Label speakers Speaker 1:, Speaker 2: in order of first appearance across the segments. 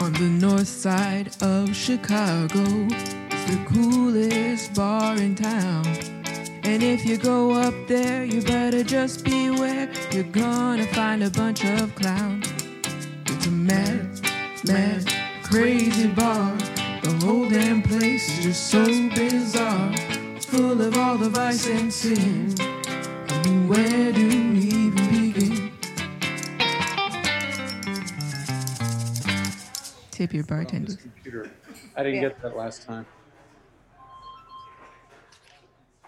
Speaker 1: On the north side of Chicago, it's the coolest bar in town. And if you go up there, you better just beware. You're gonna find a bunch of clowns. It's a mad, mad, crazy bar. The whole damn place is just so bizarre, full of all the vice and sin. I mean, where do we even begin? Tip your
Speaker 2: on
Speaker 1: bartenders.
Speaker 2: this computer. I didn't
Speaker 3: Yeah.
Speaker 2: get that last time.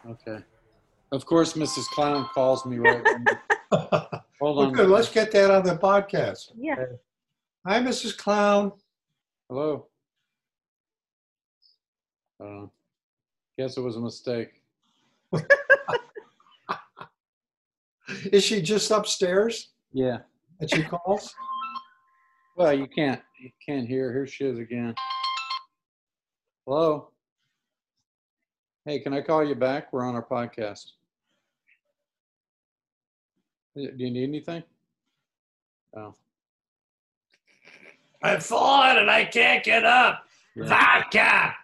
Speaker 2: Okay. Of course, Mrs. Clown calls me right now.
Speaker 4: Well,
Speaker 2: Hold
Speaker 4: good,
Speaker 2: on.
Speaker 4: let's get that on the podcast.
Speaker 3: Yeah.
Speaker 4: Hi, Mrs. Clown.
Speaker 2: Hello. I don't know. Guess it was a mistake.
Speaker 4: Is she just upstairs
Speaker 2: Yeah.
Speaker 4: that she calls?
Speaker 2: Well, you can't, you can't hear. Here she is again. Hello. Hey, can I call you back? We're on our podcast. Do you need anything? Oh.
Speaker 5: I'm falling and I can't get up.
Speaker 2: Yeah.
Speaker 5: Vodka.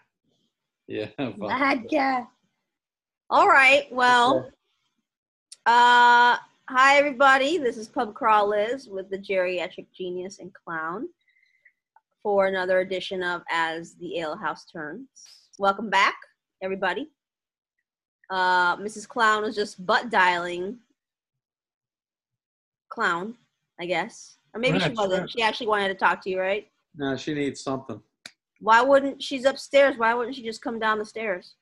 Speaker 2: yeah well,
Speaker 3: Vodka. All right. Well, uh, hi everybody. This is Pub Crawl Liz with the geriatric genius and clown for another edition of As the Ale House Turns. Welcome back, everybody. Uh, Mrs. Clown is just butt dialing clown, I guess, or maybe she
Speaker 4: Right,
Speaker 3: wasn't.
Speaker 4: right.
Speaker 3: She actually wanted to talk to you, right?
Speaker 2: No, she needs something.
Speaker 3: Why wouldn't she's upstairs? Why wouldn't she just come down the stairs?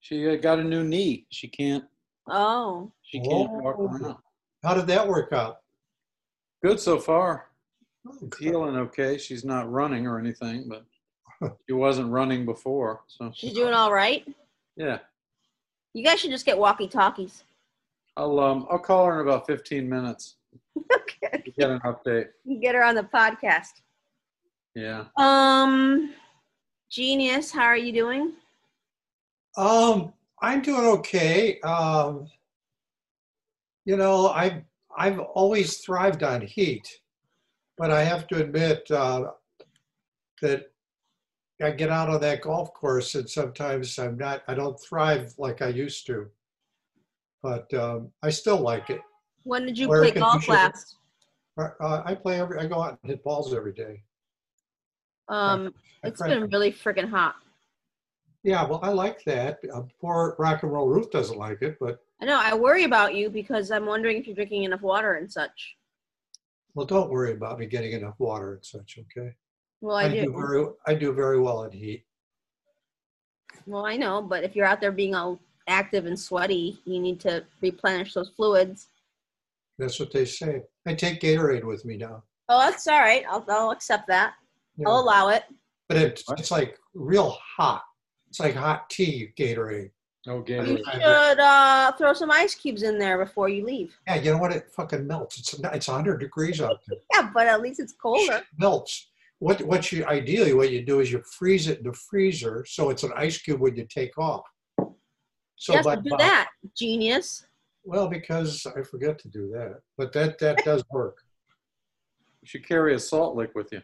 Speaker 2: She uh, got a new knee. She can't.
Speaker 3: Oh,
Speaker 2: She can't walk
Speaker 4: Whoa.
Speaker 2: around.
Speaker 4: How did that work out?
Speaker 2: Good so far.
Speaker 4: Oh,
Speaker 2: She's healing okay. She's not running or anything, but she wasn't running before. So
Speaker 3: she's doing all right.
Speaker 2: yeah,
Speaker 3: You guys should just get walkie talkies.
Speaker 2: I'll um I'll call her in about 15 minutes
Speaker 3: okay.
Speaker 2: to get an update.
Speaker 3: Get her on the podcast.
Speaker 2: Yeah,
Speaker 3: Um, genius, how are you doing?
Speaker 4: Um, I'm doing okay. Um, you know, I I've always thrived on heat, but I have to admit uh, that I get out on that golf course and sometimes I'm not. I don't thrive like I used to, but um, I still like it.
Speaker 3: When did you
Speaker 4: Where
Speaker 3: play
Speaker 4: can you
Speaker 3: golf
Speaker 4: shoot it?
Speaker 3: last?
Speaker 4: Uh, I play every. I go out and hit balls every day.
Speaker 3: Um,
Speaker 4: I
Speaker 3: it's
Speaker 4: try-
Speaker 3: been really freaking hot.
Speaker 4: Yeah, well, I like that. Uh, poor rock and roll Ruth doesn't like it, but
Speaker 3: I know. I worry about you because I'm wondering if you're drinking enough water and such.
Speaker 4: well, don't worry about me getting enough water and such. Okay.
Speaker 3: Well,
Speaker 4: I
Speaker 3: I
Speaker 4: do
Speaker 3: do.
Speaker 4: very, I do very well in heat.
Speaker 3: Well, I know, but if you're out there being all active and sweaty, you need to replenish those fluids.
Speaker 4: That's what they say. I take Gatorade with me now.
Speaker 3: Oh, that's all right. I'll, I'll accept that.
Speaker 4: Yeah.
Speaker 3: I'll allow it.
Speaker 4: But it's, it's like real hot. It's like hot tea Gatorade.
Speaker 2: no
Speaker 3: You
Speaker 2: Gatorade.
Speaker 4: I
Speaker 3: should uh, throw some ice cubes in there before you leave.
Speaker 4: Yeah, you know what? It fucking melts. It's it's 100 degrees out there.
Speaker 3: Yeah, but at least it's colder.
Speaker 4: It melts. What what you ideally what you do is you freeze it in the freezer so it's an ice cube when you take off. So
Speaker 3: yes,
Speaker 4: by-
Speaker 3: do
Speaker 4: by-
Speaker 3: that, genius.
Speaker 4: Well, because I forget to do that, but that that does work.
Speaker 2: You should carry a salt lick with you.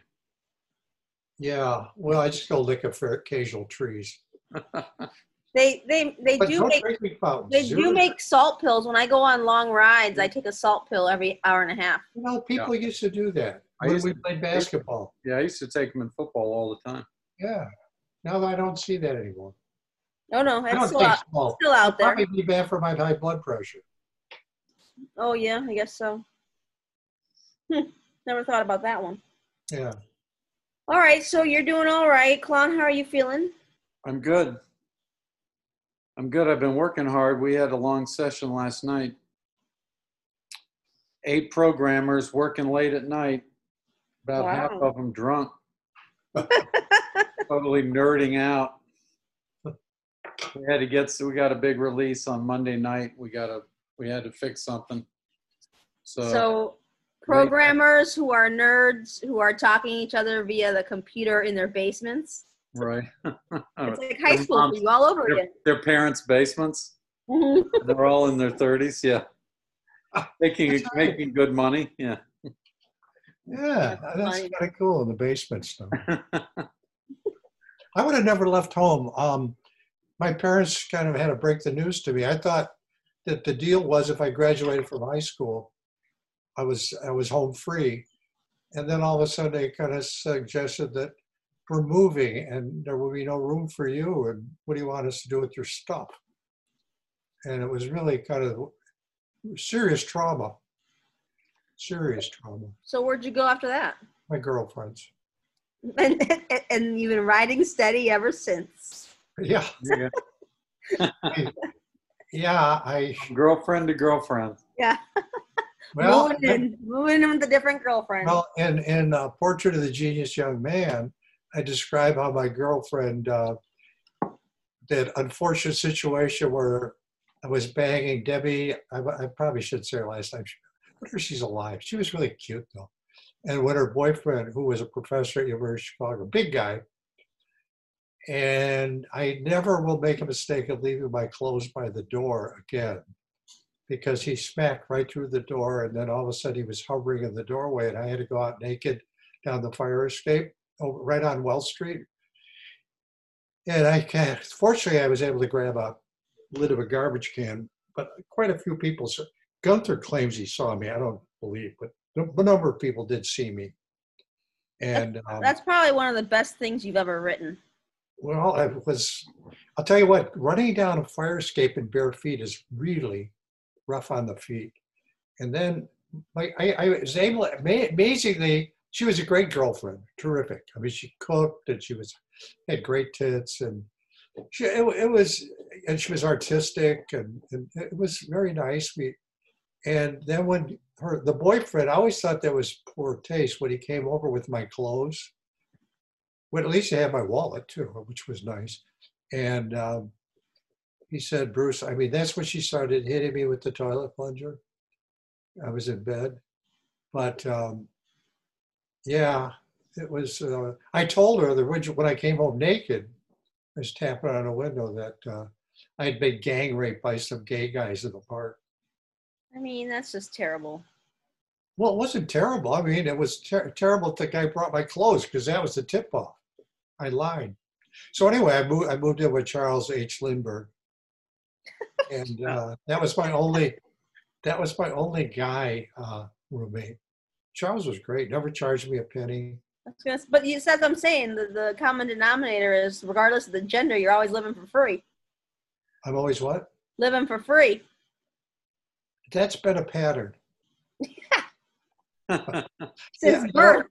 Speaker 4: Yeah. Well, I just go lick a fair occasional trees.
Speaker 3: They they they
Speaker 4: But
Speaker 3: do
Speaker 4: don't
Speaker 3: make
Speaker 4: drink me fountains.
Speaker 3: they do
Speaker 4: Zero-
Speaker 3: make salt pills. When I go on long rides, I take a salt pill every hour and a half.
Speaker 4: You know, people used to do that
Speaker 2: I
Speaker 4: when
Speaker 2: used
Speaker 4: we
Speaker 2: to-
Speaker 4: played basketball.
Speaker 2: Yeah, I used to take them in football all the time.
Speaker 4: Yeah. Now I don't see that anymore.
Speaker 3: Oh no,
Speaker 4: I
Speaker 3: it's
Speaker 4: don't
Speaker 3: still
Speaker 4: think
Speaker 3: out,
Speaker 4: so.
Speaker 3: still out there.
Speaker 4: Probably be bad for my high blood pressure.
Speaker 3: Oh yeah, I guess so. Hmm, never thought about that one.
Speaker 4: Yeah.
Speaker 3: All right, so you're doing all right, clown. How are you feeling?
Speaker 2: I'm good. I'm good. I've been working hard. We had a long session last night. Eight programmers working late at night, about half
Speaker 3: Wow.
Speaker 2: of them drunk, totally nerding out. We had to get so we got a big release on Monday night. We got to we had to fix something. So,
Speaker 3: So, programmers who are nerds who are talking to each other via the computer in their basements.
Speaker 2: right,
Speaker 3: It's like high
Speaker 2: Their
Speaker 3: school for
Speaker 2: moms-
Speaker 3: you all over
Speaker 2: their,
Speaker 3: again.
Speaker 2: their parents' basements.
Speaker 3: Mhm.
Speaker 2: They're all in their thirties. Yeah, making
Speaker 4: That's right.
Speaker 2: making good money. Yeah.
Speaker 4: Yeah, that's
Speaker 3: Fine.
Speaker 4: kind of cool in the basement stuff. I would have never left home. Um, my parents kind of had to break the news to me. I thought that the deal was if I graduated from high school, I was I was home free, and then all of a sudden they kind of suggested that we're moving and there will be no room for you. And what do you want us to do with your stuff? And it was really kind of serious trauma. Serious trauma.
Speaker 3: So where'd you go after that?
Speaker 4: My girlfriends.
Speaker 3: And, and you've been riding steady ever since.
Speaker 4: Yeah,
Speaker 2: Yeah.
Speaker 4: yeah. I
Speaker 2: Girlfriend to girlfriend.
Speaker 4: well,
Speaker 3: moving in, moving in with a different girlfriend.
Speaker 4: well, in in uh, Portrait of the Genius Young Man, I describe how my girlfriend uh, that unfortunate situation where I was banging Debbie. I, I probably should say her last name. I wonder if she's alive. She was really cute though. And when her boyfriend, who was a professor at University of Chicago, big guy, and I never will make a mistake of leaving my clothes by the door again. because he smacked right through the door and then all of a sudden he was hovering in the doorway and I had to go out naked down the fire escape over, right on Wells Street. And I can't, fortunately, I was able to grab a lid of a garbage can, but quite a few people. saw- Gunther claims he saw me. I don't believe, but a number of people did see me. And um,
Speaker 3: That's probably one of the best things you've ever written.
Speaker 4: well, I was, I'll tell you what, running down a fire escape in bare feet is really rough on the feet. And then like, I, I was able, ama- amazingly, she was a great girlfriend, terrific. I mean, she cooked and she was, had great tits and she, it, wa- it was, and she was artistic and, and it was very nice. We, and then when her, the boyfriend, I always thought that was poor taste when he came over with my clothes well, at least I had my wallet too, which was nice. And um, he said, Bruce, I mean, that's when she started hitting me with the toilet plunger. I was in bed. But um, yeah, it was, uh, I told her the original, when I came home naked, I was tapping on a window that uh, I'd been gang raped by some gay guys in the park.
Speaker 3: I mean, that's just terrible.
Speaker 4: Well, it wasn't terrible. I mean, it was ter- terrible that the guy brought my clothes because that was the tip off. I lied. So anyway, I moved. I moved in with Charles H. Lindbergh, and uh, that was my only. That was my only guy uh, roommate. Charles was great. Never charged me a penny.
Speaker 3: That's gonna, but you said what I'm saying. The, the common denominator is, regardless of the gender, you're always living for free.
Speaker 4: I'm always what?
Speaker 3: Living for free.
Speaker 4: That's been a pattern.
Speaker 3: Since
Speaker 4: Yeah, you know-
Speaker 3: birth.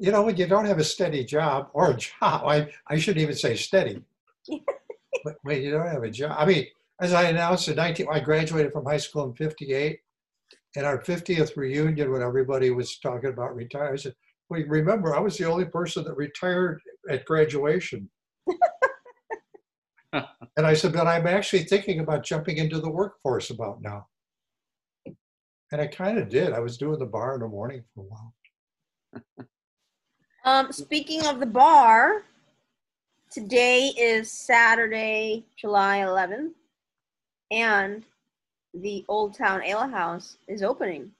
Speaker 4: You know, when you don't have a steady job or a job, I, I shouldn't even say steady. but when you don't have a job, I mean, as I announced in 19, I graduated from high school in 58. And our 50th reunion, when everybody was talking about retiring, I said, well, you remember, I was the only person that retired at graduation. and I said, but I'm actually thinking about jumping into the workforce about now. And I kind of did. I was doing the bar in the morning for a while.
Speaker 3: Um, speaking of the bar, today is Saturday, July 11th, and the Old Town Ale House is opening.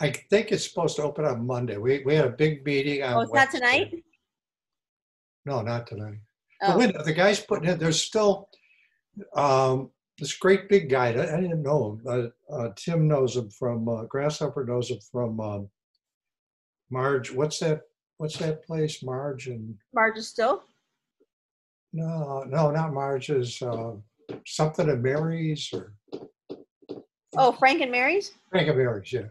Speaker 4: I think it's supposed to open on Monday. We, we had a big meeting on.
Speaker 3: Oh, it's not
Speaker 4: Wednesday.
Speaker 3: tonight?
Speaker 4: No, not tonight. The
Speaker 3: Oh,
Speaker 4: window, the guy's putting in, there's still, um, this great big guy, I I didn't know him. Uh, uh, Tim knows him from, uh, Grasshopper knows him from, um, Marge, what's that, what's that place? Marge and,
Speaker 3: Marge is still?
Speaker 4: no, no, not Marge's, uh, something of Mary's or
Speaker 3: Oh, Frank and Mary's?
Speaker 4: Frank of Mary's, yeah.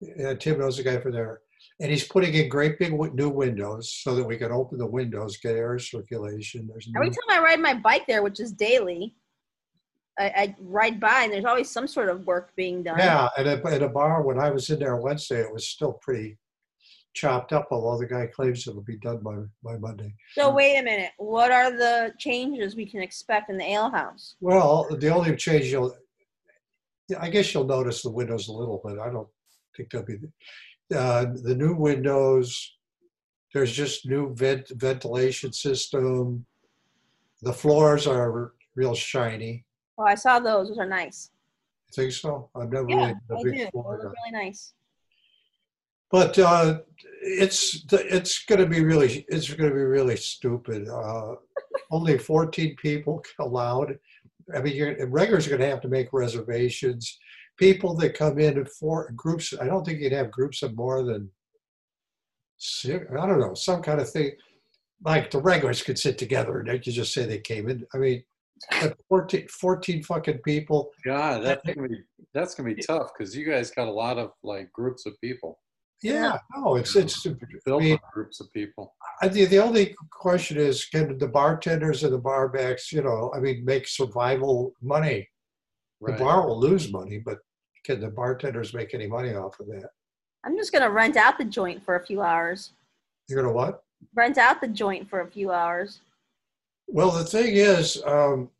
Speaker 4: Yeah, Tim knows the guy from there. And he's putting in great big wi- new windows so that we can open the windows, get air circulation. There's
Speaker 3: Every
Speaker 4: new-
Speaker 3: time I ride my bike there, which is daily, I, I ride by and there's always some sort of work being done.
Speaker 4: Yeah, at a, at a bar, when I was in there Wednesday, it was still pretty chopped up, although the guy claims it'll be done by, by Monday.
Speaker 3: So wait a minute. What are the changes we can expect in the ale house?
Speaker 4: Well, the only change you'll, yeah, I guess you'll notice the windows a little, but I don't think they'll be, uh, the new windows, there's just new vent, ventilation system. The floors are real shiny.
Speaker 3: Oh, I saw those. Those are nice.
Speaker 4: Think so? I've never
Speaker 3: Yeah,
Speaker 4: really
Speaker 3: I
Speaker 4: been a
Speaker 3: do. They
Speaker 4: big
Speaker 3: look
Speaker 4: floor guy.
Speaker 3: really nice.
Speaker 4: But uh, it's it's going to be really it's going to be really stupid. Uh, only 14 people allowed. I mean, you're, regulars are going to have to make reservations. People that come in in four groups. I don't think you'd have groups of more than six, I don't know some kind of thing. Like the regulars could sit together and they could just say they came in. I mean, but 14, 14 fucking people.
Speaker 2: God, that's gonna be that's gonna be tough because you guys got a lot of like groups of people,
Speaker 4: Yeah, no, it's it's. I
Speaker 2: built
Speaker 4: mean,
Speaker 2: up groups of people.
Speaker 4: I think the only question is, can the bartenders and the bar backs, you know, I mean, make survival money? The
Speaker 2: Right.
Speaker 4: bar will lose money, but can the bartenders make any money off of that?
Speaker 3: I'm just gonna rent out the joint for a few hours.
Speaker 4: You're gonna what?
Speaker 3: Rent out the joint for a few hours.
Speaker 4: Well, the thing is, um,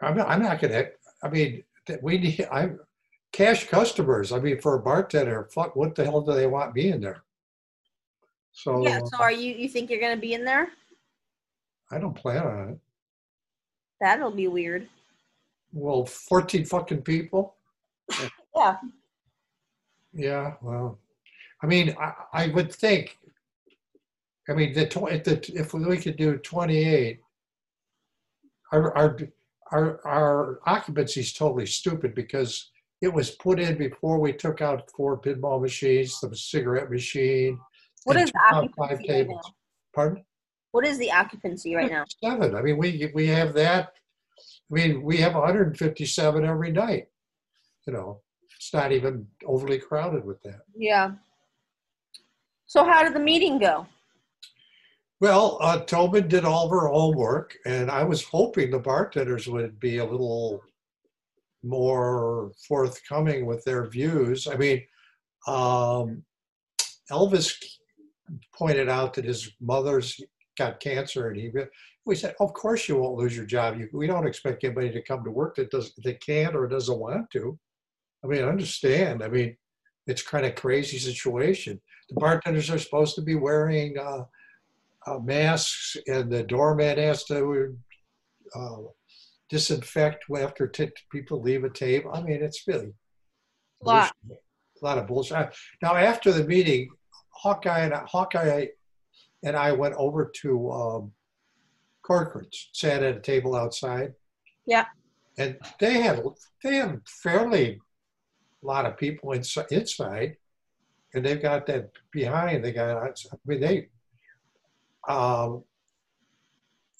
Speaker 4: I'm not, I'm not gonna. I mean, that we need. I'm cash customers. I mean, for a bartender, fuck, what the hell do they want me in there? So,
Speaker 3: Yeah. So are you? You think you're gonna be in there?
Speaker 4: I don't plan on it.
Speaker 3: That'll be weird.
Speaker 4: Well, 14 fucking people.
Speaker 3: Yeah.
Speaker 4: Yeah, well, I mean, I, I would think, I mean, the, tw- if the, if we could do 28, our, our, our, our occupancy is totally stupid because it was put in before we took out four pinball machines, the cigarette machine.
Speaker 3: What
Speaker 4: and
Speaker 3: is the
Speaker 4: took out five
Speaker 3: occupancy right now?
Speaker 4: tables. Pardon?
Speaker 3: What is the occupancy right now?
Speaker 4: Seven. I mean, we, we have that, I mean, we have 157 every night. You know, it's not even overly crowded with that.
Speaker 3: Yeah. So how did the meeting go?
Speaker 4: Well, uh, Tobin did all of her homework, and I was hoping the bartenders would be a little more forthcoming with their views. I mean, um, Elvis pointed out that his mother's got cancer, and he re- we said, "Of course, you won't lose your job. You, we don't expect anybody to come to work that does not they can't or doesn't want to." I mean, I understand. I mean, it's kind of crazy situation. The bartenders are supposed to be wearing. Uh, uh, masks, and the doorman has to uh, disinfect after t- people leave a table. I mean, it's really
Speaker 3: Lot.
Speaker 4: bullshit. a lot of bullshit. I- Now, after the meeting, Hawkeye and Hawkeye and I went over to um, Corcoran's, sat at a table outside.
Speaker 3: Yeah.
Speaker 4: and they had they had fairly a lot of people inside, inside and they've got that behind. They got outs- I mean they um,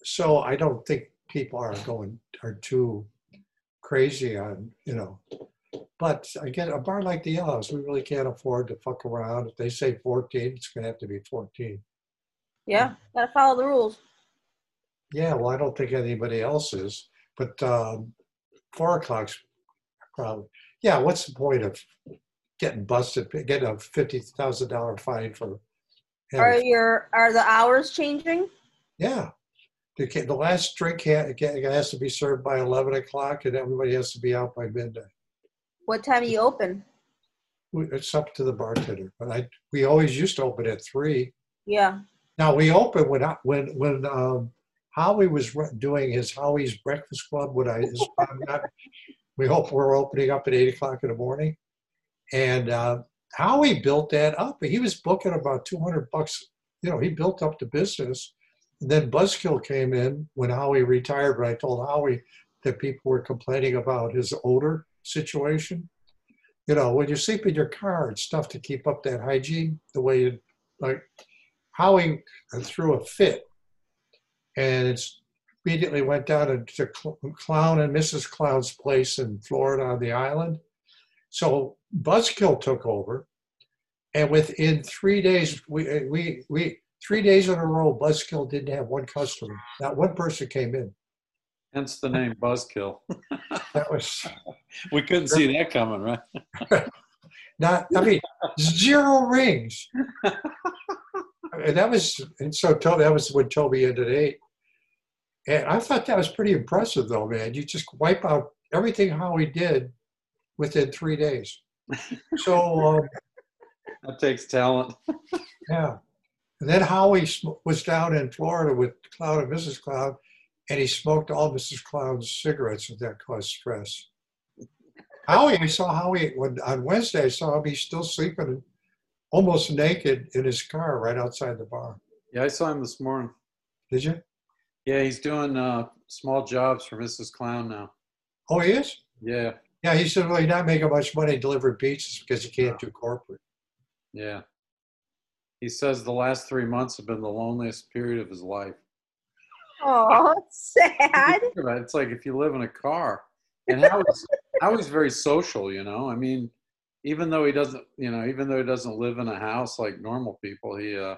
Speaker 4: so I don't think people are going are too crazy on you know. But again, a bar like the Yellow House, we really can't afford to fuck around. If they say 14, it's going to have to be 14.
Speaker 3: Yeah. Gotta follow the rules.
Speaker 4: Yeah, well, I don't think anybody else is. But um, four o'clock's probably. Yeah, what's the point of getting busted, getting a fifty thousand dollar fine for?
Speaker 3: Are
Speaker 4: having
Speaker 3: your are the hours changing?
Speaker 4: Yeah. The, ca- the last drink ha- it ca- it has to be served by 11 o'clock and everybody has to be out by midnight.
Speaker 3: What time do you open?
Speaker 4: We- It's up to the bartender. But I, we always used to open at three.
Speaker 3: Yeah.
Speaker 4: Now we open when, I- when, when, um, Howie was re- doing his Howie's Breakfast Club when I, is- I'm not- we hope we're opening up at eight o'clock in the morning. And, uh, Howie built that up. He was booking about 200 bucks. You know, he built up the business. Then Buzzkill came in when Howie retired, but I told Howie that people were complaining about his odor situation. You know, when you sleep in your car, it's tough to keep up that hygiene the way you like. Howie threw a fit and it's immediately went down to, to Cl- Clown and Mrs. Clown's place in Florida on the island. So Buzzkill took over, and within three days, we uh, we we three days in a row, Buzzkill didn't have one customer. Not one person came in.
Speaker 2: Hence the name Buzzkill.
Speaker 4: That was
Speaker 2: We couldn't see that coming, right?
Speaker 4: not. I mean, zero rings. And that was and so Toby. That was when Toby ended eight. And I thought that was pretty impressive, though, man. You just wipe out everything Howie did within three days. So. Um,
Speaker 2: That takes talent.
Speaker 4: Yeah. And then Howie sm- was down in Florida with Cloud and Mrs. Cloud, and he smoked all Mrs. Cloud's cigarettes, and that caused stress. Howie, I saw Howie when, on Wednesday. I saw him. He's still sleeping almost naked in his car right outside the bar.
Speaker 2: Yeah, I saw him this morning.
Speaker 4: Did you?
Speaker 2: Yeah, he's doing uh, small jobs for Mrs. Clown now.
Speaker 4: Oh, he is?
Speaker 2: Yeah,
Speaker 4: Yeah, he said, well, you're not making much money delivering pizzas because you can't do corporate.
Speaker 2: yeah. He says the last three months have been the loneliest period of his life.
Speaker 3: Oh, it's sad.
Speaker 2: Think about it, It's like if you live in a car. And how is how is very social, you know? I mean, even though he doesn't, you know, even though he doesn't live in a house like normal people, he uh,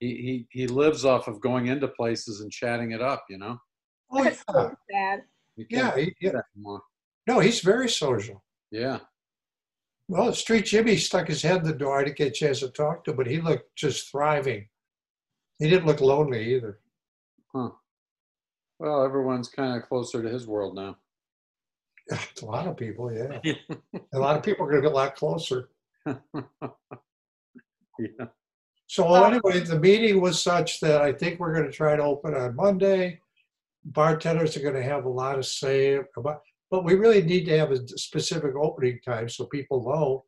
Speaker 2: he he he lives off of going into places and chatting it up, you know.
Speaker 4: Oh,
Speaker 3: That's
Speaker 4: yeah.
Speaker 3: so sad.
Speaker 2: You
Speaker 4: Yeah,
Speaker 2: can't
Speaker 4: he,
Speaker 2: do
Speaker 4: yeah.
Speaker 2: that anymore.
Speaker 4: No, he's very social.
Speaker 2: Yeah,
Speaker 4: Well, Street Jimmy stuck his head in the door. I didn't get a chance to talk to him, but he looked just thriving. He didn't look lonely either.
Speaker 2: Well, everyone's kind of closer to his world now.
Speaker 4: A lot of people, yeah. a lot of people are going to get a lot closer.
Speaker 2: Yeah.
Speaker 4: So
Speaker 3: Oh.
Speaker 4: anyway, the meeting was such that I think we're going to try to open on Monday. Bartenders are going to have a lot of say about, but we really need to have a specific opening time so people know.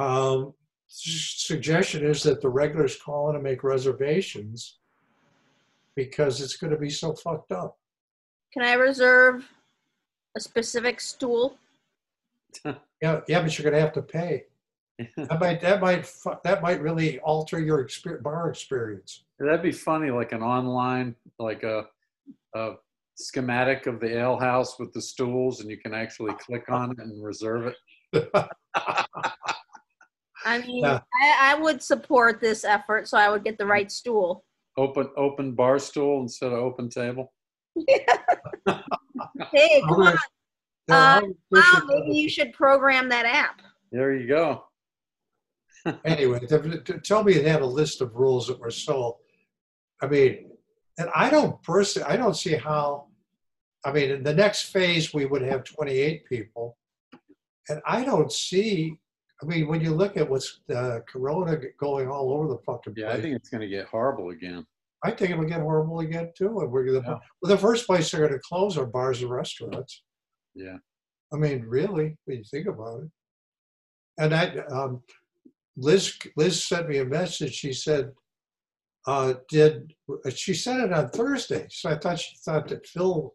Speaker 4: Um, s- suggestion is that the regulars call in and make reservations because it's going to be so fucked up.
Speaker 3: Can I reserve a specific stool?
Speaker 4: Yeah, yeah, but you're going to have to pay. That might that might fu- that might really alter your exper- bar experience.
Speaker 2: That'd be funny, like an online, like a, a schematic of the ale house with the stools, and you can actually click on it and reserve it.
Speaker 3: I mean,
Speaker 4: Yeah.
Speaker 3: I, I would support this effort so I would get the right stool.
Speaker 2: Open open bar stool instead of open table.
Speaker 3: Hey, come on.
Speaker 4: There are
Speaker 3: Wow,
Speaker 4: issues.
Speaker 3: maybe you should program that app.
Speaker 2: There you go.
Speaker 4: anyway, to, to tell me they had a list of rules that were so, I mean, and I don't personally, I don't see how, I mean, in the next phase, we would have 28 people. And I don't see, I mean, when you look at what's uh, Corona g- going all over the fucking
Speaker 2: Yeah,
Speaker 4: place,
Speaker 2: I think it's going to get horrible again.
Speaker 4: I think it'll get horrible again too. And we're gonna,
Speaker 2: Yeah.
Speaker 4: well, the first place they're going to close are bars and restaurants.
Speaker 2: Yeah.
Speaker 4: I mean, really, when you think about it. And I, um, Liz, Liz sent me a message. She said, uh, "Did she sent it on Thursday?" So I thought she thought that Phil,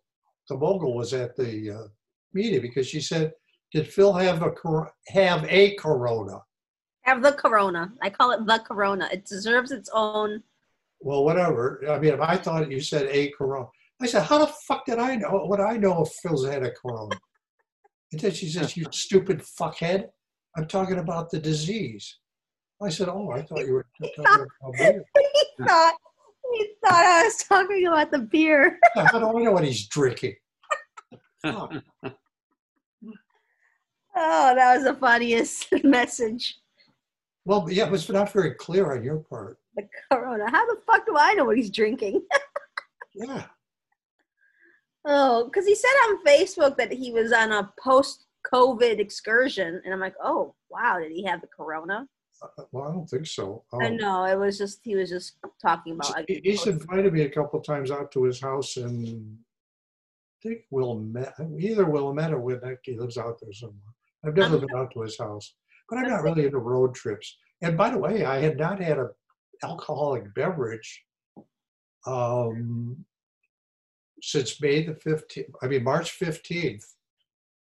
Speaker 4: the mogul, was at the uh, meeting because she said, "Did Phil have a cor- have a corona?"
Speaker 3: Have the corona. I call it the corona. It deserves its own.
Speaker 4: Well, whatever. I mean, if I thought you said a corona, I said, "How the fuck did I know? What I know if Phil's had a corona?" And then she says, "You stupid fuckhead! I'm talking about the disease." I said, "Oh, I thought you were talking about me."
Speaker 3: he thought he thought I was talking about the beer.
Speaker 4: How do I know what he's drinking? Fuck.
Speaker 3: Oh, that was the funniest message.
Speaker 4: Well, yeah, it was not very clear on your part.
Speaker 3: The corona. How the fuck do I know what he's drinking?
Speaker 4: Yeah.
Speaker 3: Oh, because he said on Facebook that he was on a post COVID excursion. And I'm like, oh, wow, did he have the corona?
Speaker 4: Well, I don't think so.
Speaker 3: I
Speaker 4: Um,
Speaker 3: know. It was just, he was just talking about like,
Speaker 4: he- he's invited me a couple times out to his house in, I think Wilmette, either Wilmette or Winnetka. He lives out there somewhere. I've never been out to his house, but I'm not really into road trips. And by the way, I had not had a alcoholic beverage um, since May the 15th, I mean, March 15th.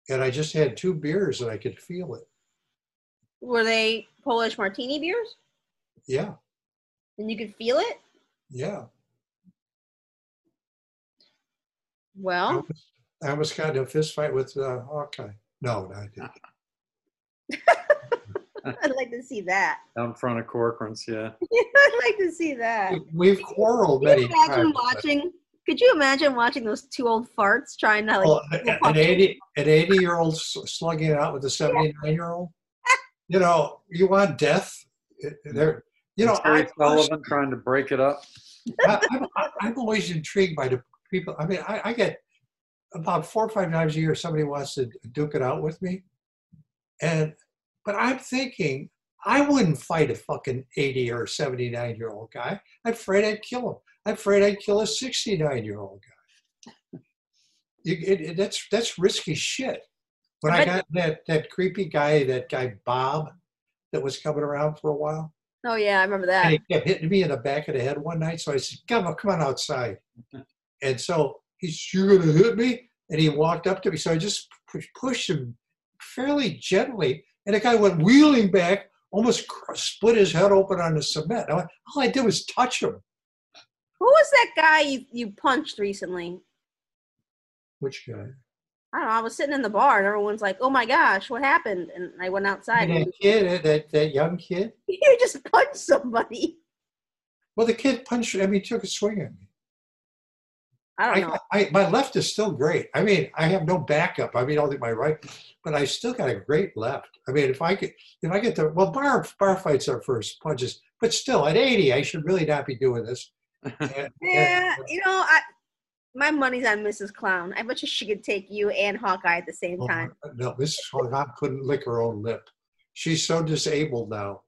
Speaker 4: And I just had two beers and I could feel it.
Speaker 3: were they Polish martini beers?
Speaker 4: Yeah.
Speaker 3: And you could feel it?
Speaker 4: Yeah, I
Speaker 3: Well,
Speaker 4: almost, I almost got into a fist fight with uh, Hawkeye. No, no, I didn't. Oh.
Speaker 3: I'd like to see that.
Speaker 2: Out in front of Corcoran's, yeah.
Speaker 3: I'd like to see that.
Speaker 4: We- We've quarreled
Speaker 3: Could you
Speaker 4: many
Speaker 3: imagine
Speaker 4: times.
Speaker 3: watching? Could you imagine watching those two old farts trying to like?
Speaker 4: Well, an an eighty, an eighty-year-old slugging it out with a seventy-nine-year-old. You know, you want death. It- There, you know,
Speaker 2: Terry
Speaker 4: I,
Speaker 2: Sullivan trying to break it up.
Speaker 4: I, I'm, I'm always intrigued by the people. I mean, I, I get about four or five times a year somebody wants to duke it out with me, and but I'm thinking I wouldn't fight a fucking eighty or seventy nine year old guy. I'm afraid I'd kill him. I'm afraid I'd kill a sixty nine year old guy. You, it, it- that's that's risky shit. When I got that that creepy guy, that guy Bob, that was coming around for a while.
Speaker 3: Oh yeah, I remember
Speaker 4: And
Speaker 3: that.
Speaker 4: he kept hitting me in the back of the head one night. So I said, come on, come on outside. And so he's, you're going to hit me? And he walked up to me. So I just pu- pushed him fairly gently. And the guy went wheeling back, almost cr- split his head open on the cement. I went, all I did was touch him.
Speaker 3: Who was that guy you, you punched recently?
Speaker 4: Which guy?
Speaker 3: I don't know. I was sitting in the bar and everyone's like, "Oh my gosh, what happened?" And I went outside.
Speaker 4: That
Speaker 3: And
Speaker 4: kid, that, that young kid.
Speaker 3: you just punched somebody.
Speaker 4: Well, the kid punched. I mean, took a swing at me.
Speaker 3: I
Speaker 4: I,
Speaker 3: don't know.
Speaker 4: I, my left is still great. I mean, I have no backup. I mean, I'll do my right, but I still got a great left. I mean, if I could, if I get to, well, bar bar fights are first punches, but still at 80, I should really not be doing this. And-
Speaker 3: Yeah,
Speaker 4: and-
Speaker 3: you know, I my money's on Mrs. Clown. I bet you she could take you and Hawkeye at the same
Speaker 4: oh,
Speaker 3: time.
Speaker 4: no, Mrs. Hogg couldn't lick her own lip. She's so disabled now.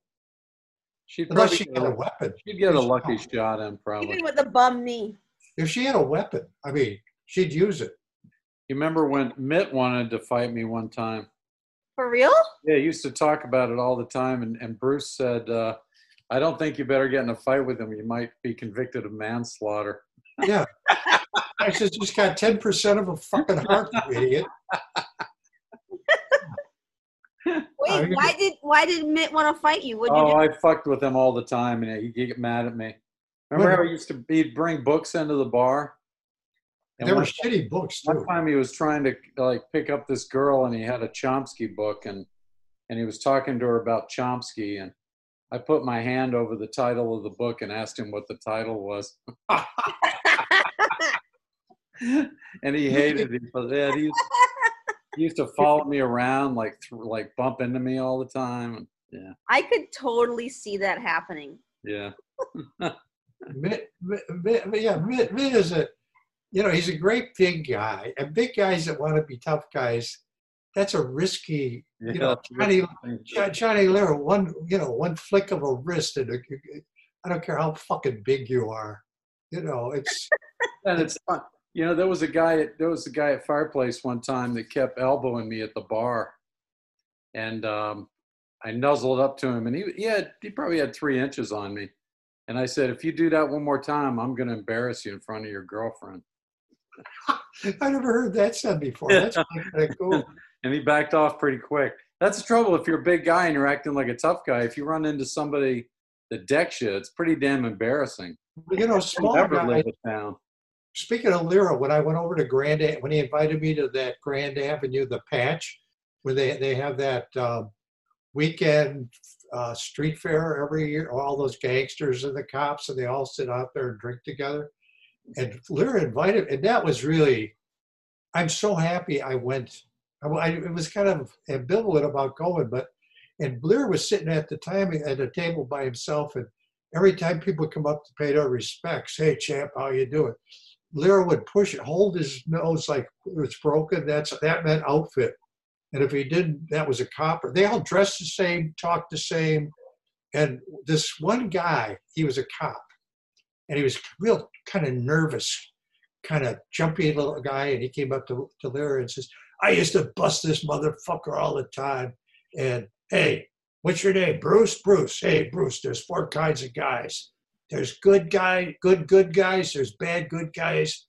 Speaker 2: She'd probably
Speaker 4: Unless she
Speaker 2: get
Speaker 4: had a
Speaker 2: a,
Speaker 4: weapon.
Speaker 2: she'd get a lucky shot in probably.
Speaker 3: Even with the bum knee.
Speaker 4: If she had a weapon, I mean, she'd use it.
Speaker 2: You remember when Mitt wanted to fight me one time?
Speaker 3: For real?
Speaker 2: Yeah, he used to talk about it all the time, and, and Bruce said, uh, "I don't think you better get in a fight with him. You might be convicted of manslaughter."
Speaker 4: I said, just got 10% of a fucking heart, you idiot. Oh,
Speaker 3: Wait,
Speaker 4: you-
Speaker 3: why did why did Mitt want to fight you? What
Speaker 2: Oh,
Speaker 3: you
Speaker 2: I fucked with him all the time, and he'd get mad at me. Remember how he used to he'd bring books into the bar? And
Speaker 4: They were
Speaker 2: one-
Speaker 4: shitty books, too.
Speaker 2: One time he was trying to like pick up this girl and he had a Chomsky book and and he was talking to her about Chomsky and I put my hand over the title of the book and asked him what the title was. and he hated it for that. He used, he used to follow me around like th- like bump into me all the time. And, yeah.
Speaker 3: I could totally see that happening.
Speaker 2: Yeah.
Speaker 4: Mitt, Mitt, Mitt, yeah, Mitt, Mitt is a, you know, he's a great big guy. And big guys that want to be tough guys, that's a risky.
Speaker 2: Yeah.
Speaker 4: know,
Speaker 2: that's what
Speaker 4: Johnny-
Speaker 2: I'm
Speaker 4: John-
Speaker 2: thinking.
Speaker 4: Johnny Lehrer, one, you know, one flick of a wrist, and it- I don't care how fucking big you are. You know, it's
Speaker 2: And it's fun. You know, there was a guy at there was a guy at Fireplace one time that kept elbowing me at the bar. And um, I nuzzled up to him and he he had he probably had three inches on me. And I said, if you do that one more time, I'm gonna embarrass you in front of your girlfriend.
Speaker 4: I never heard that said before. That's kind of cool.
Speaker 2: And he backed off pretty quick. That's the trouble if you're a big guy and you're acting like a tough guy. If you run into somebody that decks you, it's pretty damn embarrassing.
Speaker 4: You know, small
Speaker 2: Never
Speaker 4: guys.
Speaker 2: live it down.
Speaker 4: Speaking of Lyra, when I went over to Grand, A- when he invited me to that Grand Avenue, the patch, where they, they have that um, weekend uh, street fair every year, all those gangsters and the cops, and they all sit out there and drink together. And Lyra invited, and that was really, I'm so happy I went. I, I it was kind of ambivalent about going, but and Lyra was sitting at the time at a table by himself, and every time people come up to pay their respects, hey champ, how you doing? Lyra would push it, hold his nose like it was broken. That's that meant outfit. And if he didn't, that was a copper. They all dressed the same, talked the same. And this one guy, he was a cop, and he was real kind of nervous, kind of jumpy little guy. And he came up to, to Lyra and says, "I used to bust this motherfucker all the time." And hey, what's your name, Bruce? Bruce. Hey, Bruce. There's four kinds of guys there's good guy, good good guys. There's bad good guys.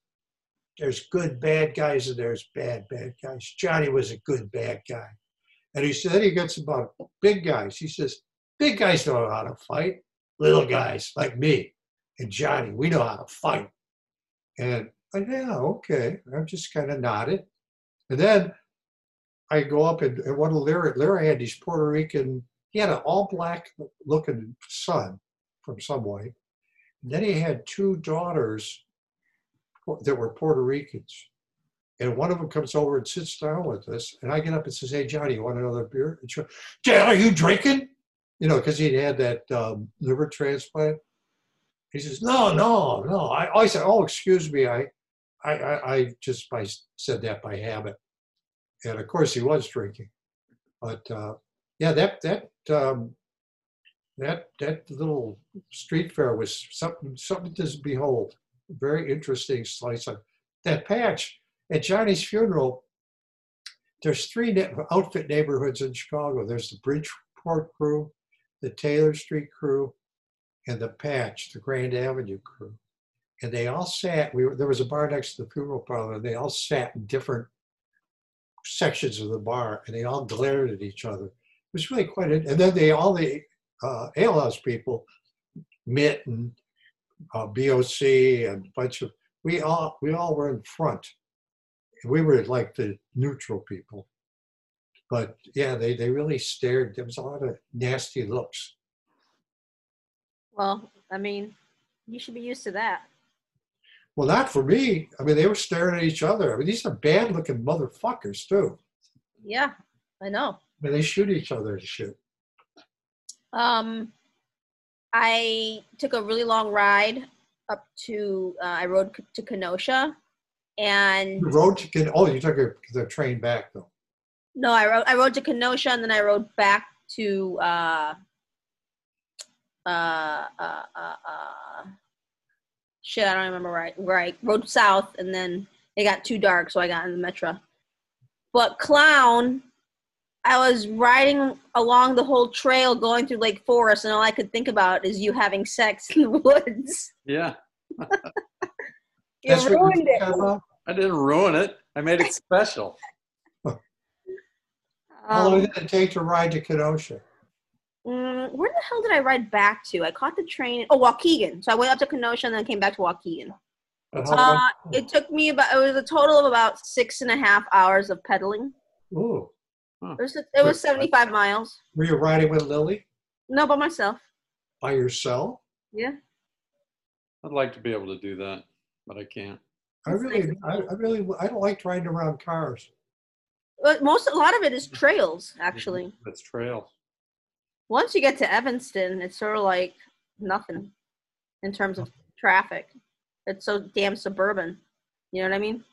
Speaker 4: There's good bad guys and there's bad bad guys. Johnny was a good bad guy, and he said he gets about big guys. He says big guys don't know how to fight. Little guys like me and Johnny, we know how to fight. And I yeah okay. I just kind of nodded, and then I go up and, and one of Larry Larry had these Puerto Rican. He had an all black looking son from some way. And then he had two daughters who- that were Puerto Ricans. And one of them comes over and sits down with us. And I get up and says, Hey, Johnny, you want another beer? And she goes, Dad, are you drinking? You know, because he'd had that um, liver transplant. He says, No, no, no. I, I said, Oh, excuse me. I, I, I, I just by, said that by habit. And of course, he was drinking. But uh, yeah, that, that, um, that, that little street fair was something something to behold. Very interesting slice of that patch at Johnny's funeral. There's three ne- outfit neighborhoods in Chicago. There's the Bridgeport crew, the Taylor Street crew, and the Patch, the Grand Avenue crew. And they all sat, we were, there was a bar next to the funeral parlor, and they all sat in different sections of the bar, and they all glared at each other. It was really quite, a- and then they, all the uh, alehouse people, Mitt and uh, BOC and a bunch of, we all, we all were in front. We were like the neutral people but yeah, they, they really stared. There was a lot of nasty looks.
Speaker 3: Well, I mean, you should be used to that.
Speaker 4: Well, not for me. I mean, they were staring at each other. I mean, these are bad looking motherfuckers, too.
Speaker 3: Yeah, I know.
Speaker 4: I mean, they shoot each other and shit.
Speaker 3: Um, I took a really long ride up to uh, I rode c- to Kenosha, and
Speaker 4: The road to get, oh, you took a, the train back, though.
Speaker 3: no, I rode I rode to Kenosha, and then I rode back to uh, uh, uh, uh, uh, shit. I don't remember right. Where I rode south, and then it got too dark, so I got in the metro. But clown, I was riding along the whole trail going through Lake Forest, and all I could think about is you having sex in the woods.
Speaker 2: Yeah,
Speaker 3: You
Speaker 4: That's what you
Speaker 3: ruined it.
Speaker 4: think about?
Speaker 2: I didn't ruin it. I made it special.
Speaker 4: How long
Speaker 3: Um,
Speaker 4: did it take to ride to Kenosha?
Speaker 3: mm, where the hell did I ride back to? I caught the train. Oh, Waukegan. So I went up to Kenosha and then came back to Waukegan.
Speaker 4: And how long-
Speaker 3: Uh, it took me about. It was a total of about six and a half hours of pedaling.
Speaker 4: Ooh,
Speaker 3: It was, it was seventy-five miles.
Speaker 4: were you riding with Lily
Speaker 3: No, by myself.
Speaker 4: by yourself?
Speaker 3: Yeah.
Speaker 2: I'd like to be able to do that, but I can't.
Speaker 4: I
Speaker 3: It's
Speaker 4: really,
Speaker 3: like-
Speaker 4: I, I really, I don't like riding around cars.
Speaker 3: But most, a lot of it is trails, actually.
Speaker 2: It's trails.
Speaker 3: Once you get to Evanston, it's sort of like nothing in terms of traffic. It's so damn suburban. You know what I mean?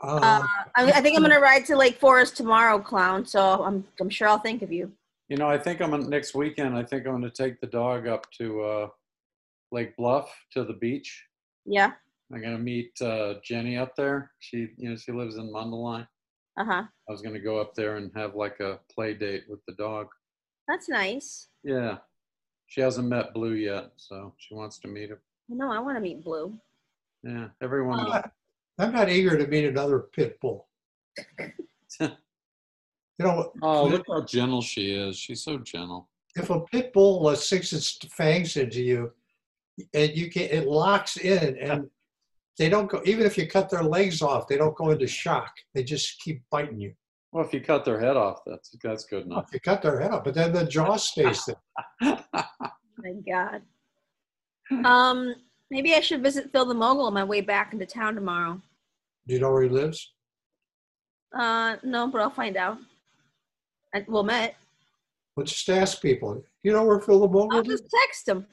Speaker 4: Uh,
Speaker 3: I, I think I'm gonna ride to Lake Forest tomorrow, clown. So I'm, I'm sure I'll think of you.
Speaker 2: You know, I think I'm gonna next weekend. I think I'm going to take the dog up to uh, Lake Bluff to the beach.
Speaker 3: Yeah.
Speaker 2: I'm going to meet uh, Jenny up there. She, you know, she lives in Mundelein.
Speaker 3: Uh huh.
Speaker 2: I was going to go up there and have like a play date with the dog.
Speaker 3: That's nice.
Speaker 2: Yeah, she hasn't met Blue yet, so she wants to meet him.
Speaker 3: No, I want to meet Blue.
Speaker 2: Yeah, everyone.
Speaker 3: Uh,
Speaker 2: does.
Speaker 4: I'm not eager to meet another pit bull. you know,
Speaker 2: Oh, look how gentle she is. She's so gentle.
Speaker 4: if a pit bull uh, sticks its fangs into you, and you can, it locks in, and they don't go. Even if you cut their legs off, they don't go into shock. They just keep biting you.
Speaker 2: Well, if you cut their head off, that's that's good enough.
Speaker 4: If you cut their head off, but then the jaw stays there.
Speaker 3: My God.
Speaker 4: Hmm.
Speaker 3: Um, maybe I should visit Phil the Mogul on my way back into town tomorrow.
Speaker 4: Do you know where he lives?
Speaker 3: Uh, no, but I'll find out. And we'll met.
Speaker 4: Well, just ask people. You know where Phil the
Speaker 3: I'll
Speaker 4: Mogul is?
Speaker 3: just text him.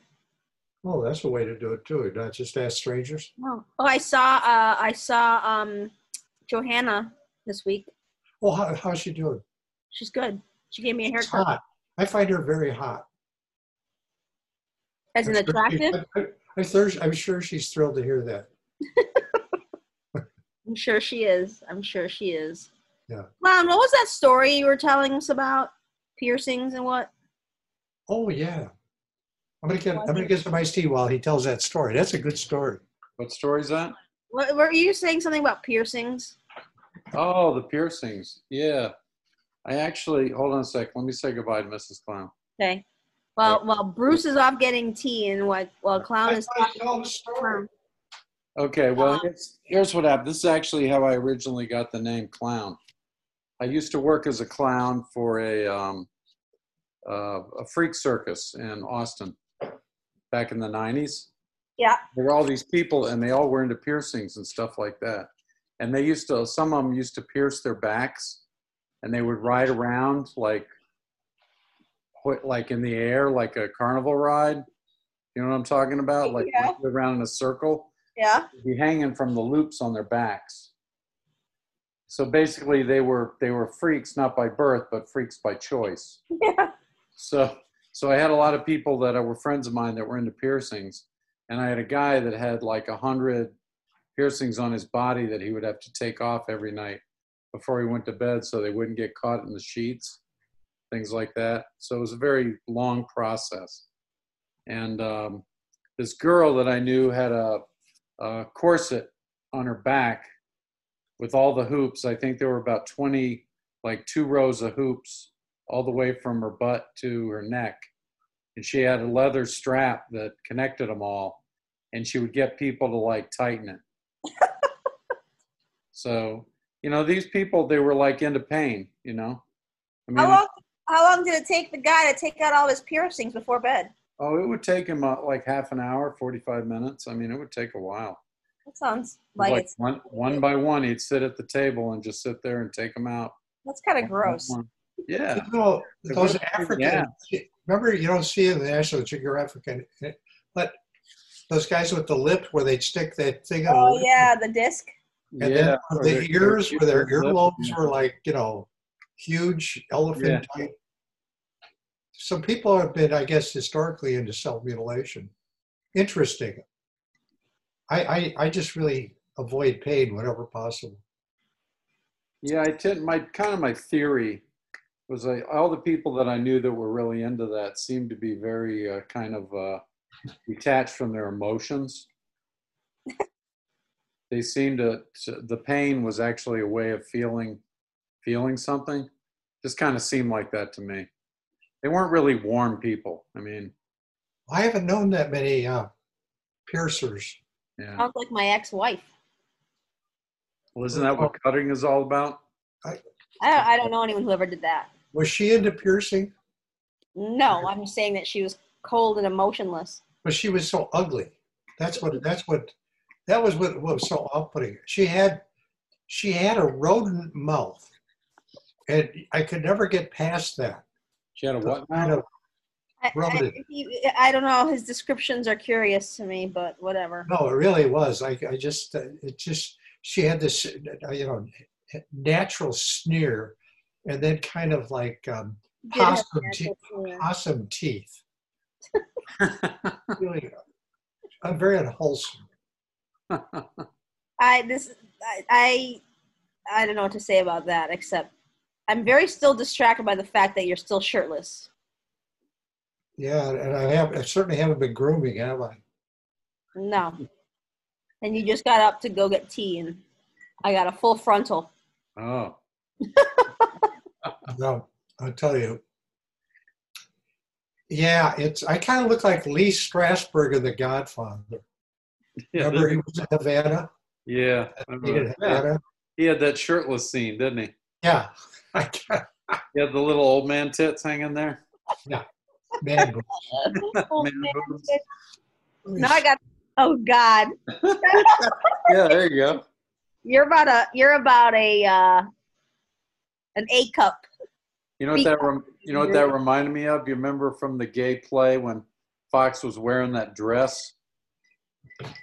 Speaker 4: Oh, that's a way to do it too. Not just ask strangers.
Speaker 3: Oh, oh I saw. Uh, I saw um, Johanna this week.
Speaker 4: Well, how, how's she doing?
Speaker 3: She's good. She gave me a
Speaker 4: It's
Speaker 3: haircut.
Speaker 4: hot. I find her very hot.
Speaker 3: As an attractive,
Speaker 4: I'm sure, I'm sure she's thrilled to hear that.
Speaker 3: I'm sure she is. I'm sure she is.
Speaker 4: Yeah.
Speaker 3: Clown, what was that story you were telling us about piercings and what?
Speaker 4: Oh yeah. I'm gonna get I'm gonna get some iced tea while he tells that story. That's a good story.
Speaker 2: What story's that?
Speaker 3: What were you saying something about piercings?
Speaker 2: Oh, the piercings. Yeah, I actually hold on a sec. Let me say goodbye to Mrs. Clown.
Speaker 3: Okay. Well, while Bruce is off getting tea and while while Clown is
Speaker 4: I tell the story.
Speaker 3: talking,
Speaker 2: Okay, well,
Speaker 3: Um,
Speaker 2: here's, here's what happened. This is actually how I originally got the name clown. I used to work as a clown for a um, uh, a freak circus in Austin back in the '90s.
Speaker 3: Yeah.
Speaker 2: there were all these people, and they all were into piercings and stuff like that. And they used to, some of them used to pierce their backs, and they would ride around like hoi- like in the air, like a carnival ride. You know what I'm talking about? Like
Speaker 3: Yeah.
Speaker 2: around in a circle
Speaker 3: yeah,
Speaker 2: be hanging from the loops on their backs. So basically, they were they were freaks not by birth, but freaks by choice.
Speaker 3: yeah,
Speaker 2: So so I had a lot of people that were friends of mine that were into piercings, and I had a guy that had like a hundred piercings on his body that he would have to take off every night before he went to bed, so they wouldn't get caught in the sheets. things like that. So it was a very long process. And um, this girl that I knew had a, a corset on her back with all the hoops. I think there were about 20, like two rows of hoops all the way from her butt to her neck. And she had a leather strap that connected them all. And she would get people to like tighten it. so, you know, these people, they were like into pain, you know? I mean,
Speaker 3: How long? How long did it take the guy to take out all his piercings before bed?
Speaker 2: oh, it would take him uh, like half an hour, 45 minutes. I mean, it would take a while.
Speaker 3: That sounds like,
Speaker 2: Like
Speaker 3: it's
Speaker 2: one, one by one, he'd sit at the table and just sit there and take them out.
Speaker 3: that's kind
Speaker 2: one
Speaker 3: of
Speaker 2: by
Speaker 3: gross.
Speaker 2: one. Yeah.
Speaker 4: You know, those African,
Speaker 2: Yeah.
Speaker 4: remember, you don't see in the National Geographic, and- but those guys with the lip where they'd stick that thing on the
Speaker 3: Oh
Speaker 4: lip.
Speaker 3: yeah, the disc.
Speaker 4: And
Speaker 2: yeah,
Speaker 4: then
Speaker 2: or
Speaker 4: the
Speaker 2: their-
Speaker 4: ears, where their
Speaker 2: lip,
Speaker 4: earlobes
Speaker 2: yeah.
Speaker 4: were like, you know, huge elephant type. Some people have been, I guess, historically into self mutilation. Interesting. I, I, I just really avoid pain whenever possible.
Speaker 2: Yeah, I tend my kind of my theory was like all the people that I knew that were really into that seemed to be very uh, kind of uh, detached from their emotions. they seemed to, to the pain was actually a way of feeling feeling something. Just kind of seemed like that to me. They weren't really warm people. I mean,
Speaker 4: I haven't known that many uh, piercers.
Speaker 2: yeah.
Speaker 3: Sounds like my ex-wife.
Speaker 2: Well, isn't that what cutting is all about?
Speaker 3: I don't, I don't know anyone who ever did that.
Speaker 4: Was she into piercing?
Speaker 3: No, I'm just saying that she was cold and emotionless.
Speaker 4: But she was so ugly. That's what. That's what. That was what was so off-putting. She had, she had a rodent mouth, and I could never get past that.
Speaker 2: She had a what?
Speaker 4: Kind of-
Speaker 3: I,
Speaker 4: Rubbed
Speaker 3: I,
Speaker 4: it.
Speaker 3: he- I don't know. His descriptions are curious to me, but whatever.
Speaker 4: No, it really was. I, I just, uh, it just, she had this, uh, you know, natural sneer, and then kind of like um,
Speaker 3: Did have
Speaker 4: Possum
Speaker 3: that,
Speaker 4: teeth.
Speaker 3: but, yeah.
Speaker 4: possum teeth. Really, uh, very unwholesome.
Speaker 3: I this I, I I don't know what to say about that except I'm very still distracted by the fact that you're still shirtless.
Speaker 4: Yeah, and I have, I certainly haven't been grooming, have I?
Speaker 3: No. And you just got up to go get tea and I got a full frontal.
Speaker 2: oh,
Speaker 4: No, I'll tell you. Yeah, it's, I kind of look like Lee Strasberg in The Godfather.
Speaker 2: yeah,
Speaker 4: Remember
Speaker 2: this-
Speaker 4: he was in Havana?
Speaker 2: yeah. I
Speaker 4: He
Speaker 2: remember
Speaker 4: did
Speaker 2: that. yeah.
Speaker 4: Havana?
Speaker 2: He had that shirtless scene, didn't he?
Speaker 4: Yeah. I can't,
Speaker 2: He had the little old man tits hanging there.
Speaker 4: man,
Speaker 3: Oh,
Speaker 2: Man
Speaker 3: man.
Speaker 2: boobs.
Speaker 3: Now I got oh god.
Speaker 2: Yeah, there you go.
Speaker 3: You're about a you're about a uh an A cup.
Speaker 2: You know what that rem- you know what that reminded me of? You remember from the gay play when Fox was wearing that dress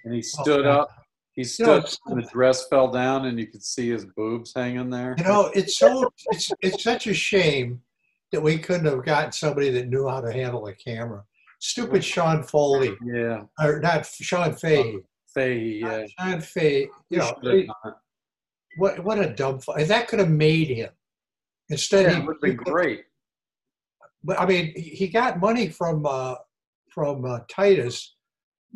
Speaker 2: and he stood
Speaker 4: Oh, yeah.
Speaker 2: up. He stood
Speaker 4: it's-
Speaker 2: and the dress fell down and you could see his boobs hanging there.
Speaker 4: You know, it's so it's it's such a shame that we couldn't have gotten somebody that knew how to handle a camera. Stupid Sean Foley,
Speaker 2: Yeah,
Speaker 4: or not Sean Fahey.
Speaker 2: Fahey. Oh, Yeah,
Speaker 4: Sean Fahey, you know,
Speaker 2: Should've done it.
Speaker 4: what what a dumb fu- that could have made him. Instead,
Speaker 2: yeah,
Speaker 4: he
Speaker 2: it would have been great.
Speaker 4: But I mean, he he got money from uh, from uh, Titus,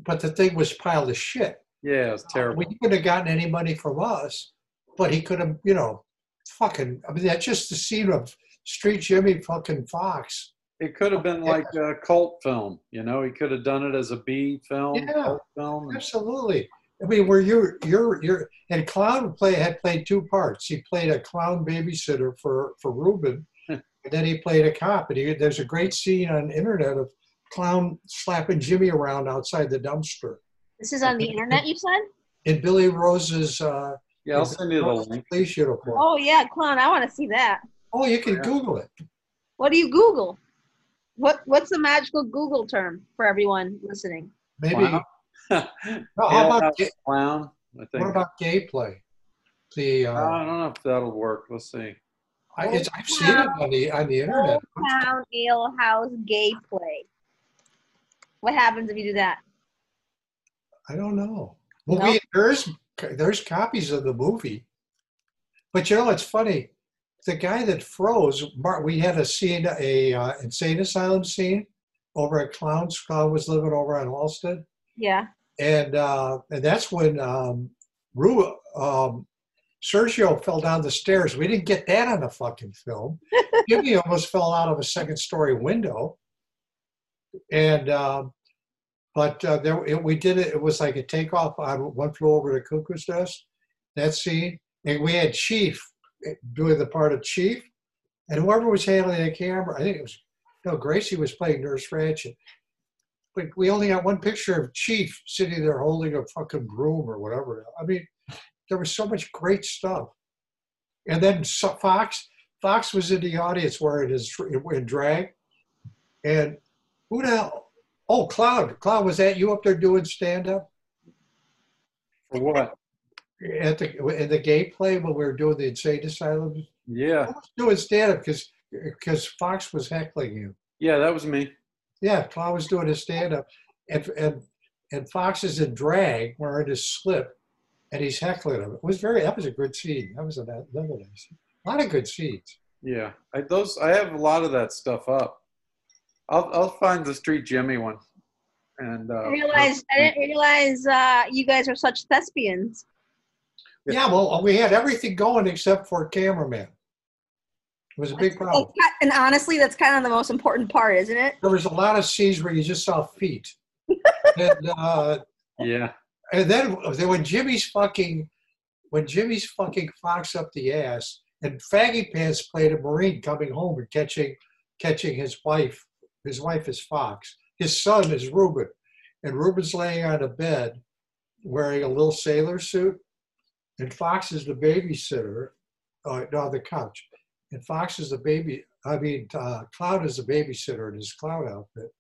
Speaker 4: but the thing was piled of shit.
Speaker 2: Yeah, it was terrible.
Speaker 4: Well, he couldn't have gotten any money from us, but he could have, you know, fucking. I mean, that's just the scene of Street Jimmy fucking Fox.
Speaker 2: It could have been like a cult film. You know, he could have done it as a B film,
Speaker 4: Yeah.
Speaker 2: cult film.
Speaker 4: Absolutely. I mean, where you're, you're, you're, and Clown play had played two parts. He played a clown babysitter for for Ruben, and then he played a cop. And he, there's a great scene on the internet of clown slapping Jimmy around outside the dumpster.
Speaker 3: This is on the internet you said?
Speaker 4: In Billy Rose's uh,
Speaker 2: Yeah, I'll send you the link.
Speaker 4: police uniform.
Speaker 3: Oh yeah, clown, I wanna see that.
Speaker 4: Oh, you can
Speaker 2: Yeah.
Speaker 4: Google it.
Speaker 3: What do you Google? What what's the magical Google term for everyone listening?
Speaker 4: Maybe.
Speaker 2: Wow.
Speaker 4: No, how about
Speaker 2: Jailhouse clown? I think.
Speaker 4: What about gay play? The uh,
Speaker 2: I don't know if that'll work. Let's see.
Speaker 4: I, it's, I've seen it on the on the internet.
Speaker 3: Old Town Ale House Gay Play. What happens if you do that?
Speaker 4: I don't know. Well, we, there's there's copies of the movie, but you know it's funny. the guy that froze, Mar- we had a scene, a uh, insane asylum scene over at Clown's. Clown was living over on Alston,
Speaker 3: Yeah.
Speaker 4: and uh, and that's when um, Ru, um, Sergio fell down the stairs. We didn't get that on the fucking film. Jimmy almost fell out of a second story window, and. Um, but uh, there, it, we did it. It was like a takeoff on one flew over the cuckoo's nest. That scene, and we had Chief eh, doing the part of chief, and whoever was handling the camera, I think it was no Gracie was playing Nurse Ratchet. But we only got one picture of Chief sitting there holding a fucking broom or whatever. I mean, there was so much great stuff. And then so- Fox, Fox was in the audience wearing his in drag, and who the hell? Oh, Cloud, Cloud, was that you up there doing stand up?
Speaker 2: For what?
Speaker 4: at the in the gay play when we were doing the insane asylum.
Speaker 2: Yeah.
Speaker 4: I was doing stand up because because Fox was heckling you.
Speaker 2: Yeah, that was me.
Speaker 4: Yeah, Clown was doing his stand up, and and and Fox is in drag wearing his slip, and he's heckling him. It was very that was a good scene. That was another nice. scene. A lot of good scenes.
Speaker 2: Yeah. I, those I have a lot of that stuff up. I'll I'll find the Street Jimmy one. And uh,
Speaker 3: I realized I didn't realize uh, you guys are such thespians.
Speaker 2: Yeah.
Speaker 4: Yeah, well, we had everything going except for cameraman. It was a big problem.
Speaker 3: That's ki- And honestly, that's kind of the most important part, isn't it?
Speaker 4: There was a lot of scenes where you just saw feet, and uh,
Speaker 2: Yeah.
Speaker 4: And then, then when Jimmy's fucking, when Jimmy's fucking fox up the ass, and Faggy Pants played a Marine coming home and catching, catching his wife. His wife is Fox. His son is Reuben, and Reuben's laying on a bed, wearing a little sailor suit, and Fox is the babysitter, uh, no, the couch, and Fox is the baby. I mean, uh, Cloud is the babysitter in his clown outfit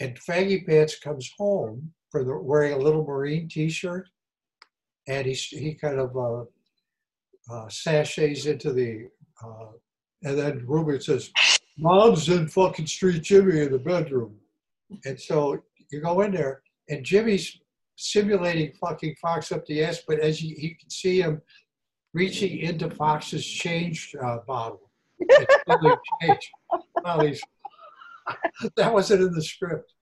Speaker 4: and Faggy Pants comes home for the, wearing a little Marine T-shirt, and he he kind of uh, uh, sashays into the, uh, and then Ruben says, "Mom's in fucking Street Jimmy in the bedroom," and so you go in there, and Jimmy's simulating fucking Fox up the ass, but as you, you can see him reaching into Fox's change uh, bottle. And stealing change. Well, he's- that wasn't in the script.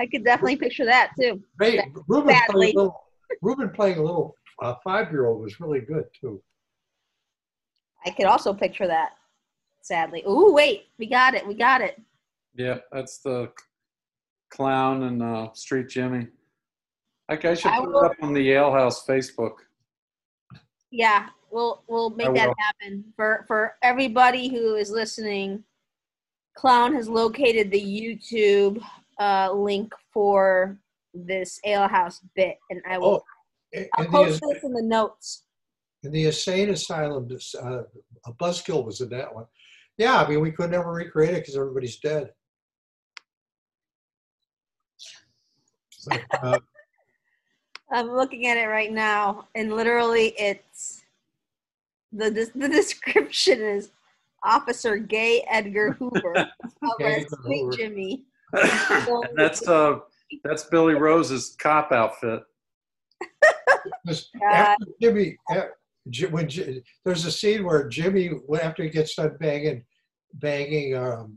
Speaker 3: I could definitely picture that too.
Speaker 4: Hey, Ruben
Speaker 3: badly.
Speaker 4: playing a little, Ruben playing a little uh, five-year-old was really good too.
Speaker 3: I could also picture that. Sadly. Ooh, wait. We got it. We got it.
Speaker 2: Yeah, that's the clown and uh, Street Jimmy. Okay, I should
Speaker 3: I
Speaker 2: put
Speaker 3: will-
Speaker 2: it up on the Yale House Facebook.
Speaker 3: Yeah, we'll we'll make that
Speaker 2: will.
Speaker 3: happen for for everybody who is listening. Clown has located the YouTube uh, link for this alehouse bit, and I will
Speaker 4: Oh, in
Speaker 3: I'll
Speaker 4: in
Speaker 3: post
Speaker 4: the,
Speaker 3: this in the notes.
Speaker 4: in the insane asylum, this, uh, a buzzkill was in that one. Yeah, I mean we could never recreate it because everybody's dead. It's like, uh,
Speaker 3: I'm looking at it right now, and literally, it's the des- the description is Officer Gay Edgar Hoover, out
Speaker 4: Gay
Speaker 3: by
Speaker 4: Edgar
Speaker 3: Sweet
Speaker 4: Hoover.
Speaker 3: Jimmy.
Speaker 2: And that's uh, that's Billy Rose's cop outfit.
Speaker 4: Because
Speaker 3: Uh,
Speaker 4: after Jimmy, a- Ji- when Ji- there's a scene where Jimmy, when- after he gets done banging, banging um,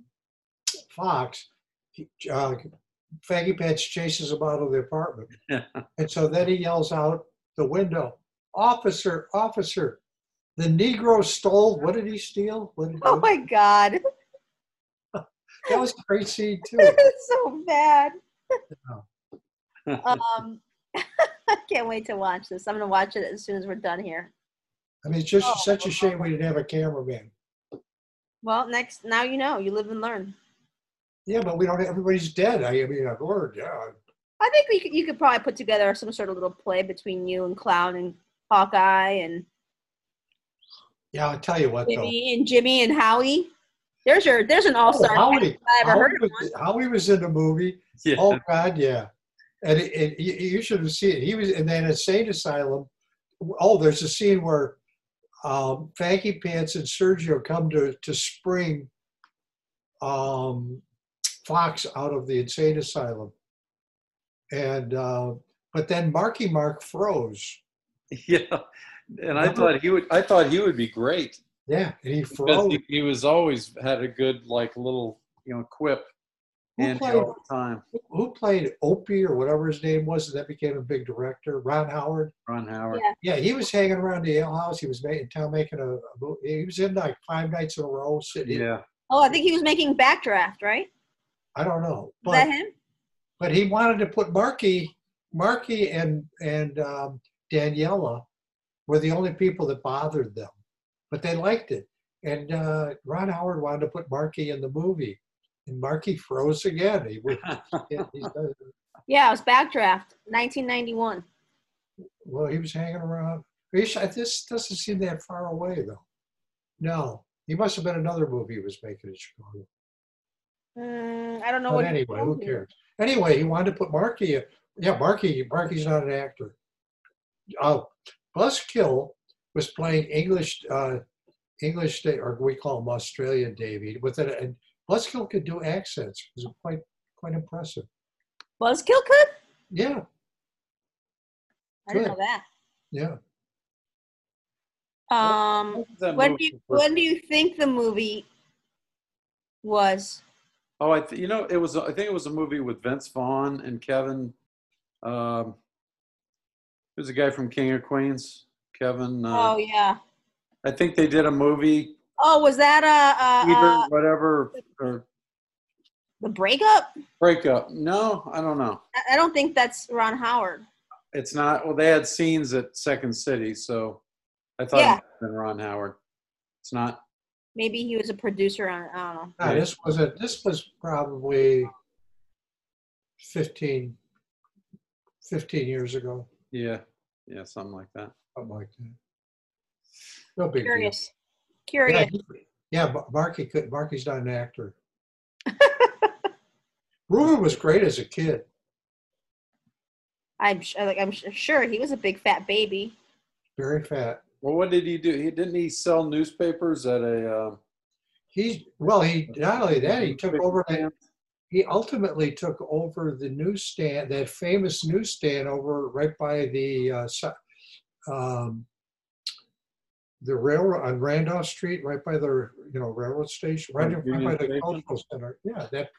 Speaker 4: Fox, he, uh, Faggy Pants chases him out of the apartment,
Speaker 2: Yeah.
Speaker 4: and so then he yells out the window, "Officer, officer! The Negro stole. What did he steal? What did he,
Speaker 3: Oh my God,
Speaker 4: that was a great scene too.
Speaker 3: it's so bad.
Speaker 2: yeah,
Speaker 3: Um, I can't wait to watch this. I'm gonna watch it as soon as we're done here.
Speaker 4: I mean, it's just
Speaker 3: Oh.
Speaker 4: such a shame we didn't have a cameraman.
Speaker 3: Well, next, now you know. You live and learn.
Speaker 4: Yeah, but we don't. Everybody's dead. I, I mean, I've learned. Yeah,
Speaker 3: I think we could, you could probably put together some sort of little play between you and Clown and Hawkeye and
Speaker 4: yeah. I'll tell you what though.
Speaker 3: Jimmy and Jimmy and Howie. There's your there's an all
Speaker 4: Oh,
Speaker 3: star.
Speaker 4: Howie.
Speaker 3: I ever
Speaker 4: Howie
Speaker 3: heard of
Speaker 4: was, Howie was in the movie. Oh God, yeah. And it, it, you you should have seen it. He was in that insane asylum. Oh, there's a scene where um, Fanky Pants and Sergio come to to spring um, Fox out of the insane asylum. And uh, but then Marky Mark froze.
Speaker 2: yeah, and I thought he would. I thought he would be great
Speaker 4: Yeah, and he
Speaker 2: because
Speaker 4: froze.
Speaker 2: he, he was always had a good like little you know quip
Speaker 4: Who
Speaker 2: and
Speaker 4: played-
Speaker 2: all the time.
Speaker 4: Who played Opie or whatever his name was that became a big director? Ron Howard.
Speaker 2: Ron Howard.
Speaker 3: Yeah.
Speaker 4: Yeah, he was hanging around the ale house. He was making town making a, a mo- He was in like five nights in a row. Sitting.
Speaker 2: Yeah.
Speaker 3: Oh, I think he was making Backdraft, right?
Speaker 4: I don't know,
Speaker 3: Is
Speaker 4: but
Speaker 3: that him?
Speaker 4: but he wanted to put Marky, Marky and and um, Daniela were the only people that bothered them, but they liked it. And uh, Ron Howard wanted to put Marky in the movie, and Marky froze again. He would. he's done-
Speaker 3: Yeah, it was Backdraft, 1991.
Speaker 4: well, he was hanging around. Ish, I- This doesn't seem that far away though. No, he must have been another movie he was making in Chicago.
Speaker 3: Mm, I don't know
Speaker 4: But
Speaker 3: what.
Speaker 4: anyway, who cares? Anyway, he wanted to put Marky. in- Yeah, Marky. Marky's not an actor. Oh, Buskill was playing English, uh, English, Da- or we call him Australian Davy. With it, and Buskill could do accents. It was quite, quite impressive.
Speaker 3: Buzzkill could?
Speaker 4: Yeah,
Speaker 3: I didn't
Speaker 4: Good.
Speaker 3: know that.
Speaker 4: yeah.
Speaker 3: Um,
Speaker 2: That
Speaker 3: when do
Speaker 2: movie
Speaker 3: you,
Speaker 2: was-
Speaker 3: when do you think the movie was?
Speaker 2: Oh, I th- you know it was. I think it was a movie with Vince Vaughn and Kevin. Um, it was a guy from King of Queens. Kevin. Uh,
Speaker 3: Oh yeah.
Speaker 2: I think they did a movie,
Speaker 3: Oh, was that uh,
Speaker 2: either
Speaker 3: uh, uh
Speaker 2: whatever or
Speaker 3: the breakup?
Speaker 2: breakup. No, I don't know.
Speaker 3: I- I don't think that's Ron Howard.
Speaker 2: It's not. Well, they had scenes at Second City, so I thought
Speaker 3: Yeah.
Speaker 2: it might have been Ron Howard. It's not.
Speaker 3: Maybe he was a producer on. I don't know.
Speaker 4: No, this was a. This was probably 15, 15 years ago,
Speaker 2: Yeah, yeah, something like that.
Speaker 4: something like that. No big deal.
Speaker 3: Curious.
Speaker 4: Yeah,
Speaker 3: Curious.
Speaker 4: he- yeah, Mar- Marky could. Marky's not an actor. Ruben was great as a kid.
Speaker 3: I'm sh- like I'm sh- sure he was a big fat baby.
Speaker 4: Very fat.
Speaker 2: Well, what did he do? He didn't he sell newspapers at a. Um,
Speaker 4: He's well. He not only that he took
Speaker 2: newspaper
Speaker 4: over.
Speaker 2: stand?
Speaker 4: He ultimately took over the newsstand, that famous newsstand over right by the uh, si- um, the railroad on Randolph Street, right by the you know railroad station, right, in- right
Speaker 2: Union
Speaker 4: by the
Speaker 2: Station?
Speaker 4: cultural center. Yeah, that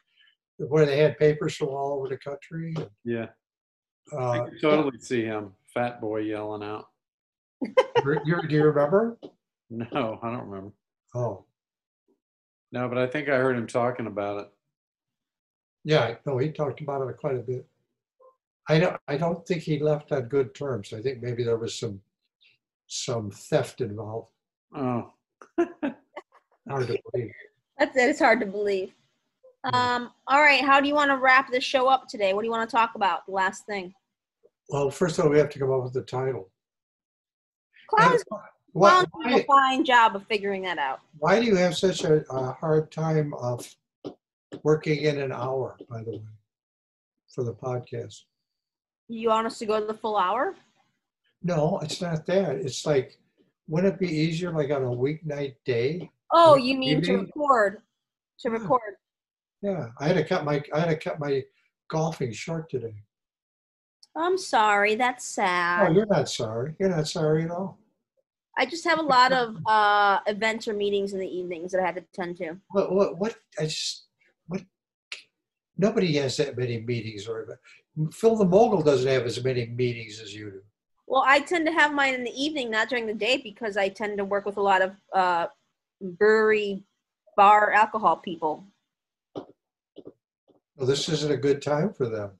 Speaker 4: where they had papers from all over the country.
Speaker 2: Yeah. I
Speaker 4: Uh,
Speaker 2: could totally see him, fat boy yelling out.
Speaker 4: Re- you- do you remember?
Speaker 2: No, I don't remember.
Speaker 4: Oh,
Speaker 2: No, but I think I heard him talking about it.
Speaker 4: yeah. No, he talked about it quite a bit. I don't. I don't think he left on good terms. I think maybe there was some some theft involved.
Speaker 2: Oh,
Speaker 4: Hard to believe.
Speaker 3: That's that is hard to believe.
Speaker 2: Hmm.
Speaker 3: Um. All right. How do you want to wrap this show up today? What do you want to talk about? The last thing.
Speaker 4: Well, first of all, we have to come up with the title.
Speaker 3: Clowns.
Speaker 4: Why,
Speaker 3: Clowns did a
Speaker 4: why,
Speaker 3: fine job of figuring that out.
Speaker 4: why do you have such a, a hard time of working in an hour? By the way, for the podcast.
Speaker 3: You want us to go to the full hour?
Speaker 4: No, it's not that. It's like, wouldn't it be easier like on a weeknight day?
Speaker 3: Oh, you mean to
Speaker 4: Evening?
Speaker 3: record? To
Speaker 4: Yeah.
Speaker 3: record.
Speaker 4: Yeah, I had to cut my I had to cut my golfing short today.
Speaker 3: I'm sorry. That's sad.
Speaker 4: Oh, you're not sorry. You're not sorry at all.
Speaker 3: I just have a lot of uh, events or meetings in the evenings that I have to attend to.
Speaker 4: What what what? I just what? Nobody has that many meetings, or Phil the mogul doesn't have as many meetings as you do.
Speaker 3: Well, I tend to have mine in the evening, not during the day, because I tend to work with a lot of uh, brewery, bar, alcohol people.
Speaker 4: Well, this isn't a good time for them.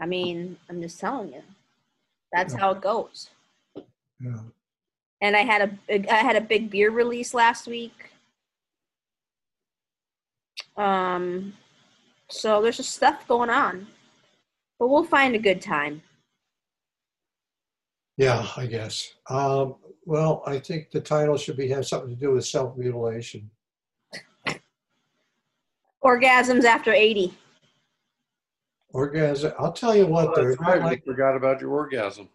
Speaker 3: I mean, I'm just telling you, that's how it goes.
Speaker 4: Yeah.
Speaker 3: And I had a big- I had a big beer release last week. Um, so there's just stuff going on, but we'll find a good time.
Speaker 4: Yeah, I guess. Um, well, I think the title should be have something to do with self mutilation.
Speaker 3: Orgasms after 80.
Speaker 4: Orgasm. I'll tell you what.
Speaker 2: Oh,
Speaker 4: they're
Speaker 2: that's
Speaker 4: not
Speaker 2: right.
Speaker 4: like-
Speaker 2: we forgot about your orgasm.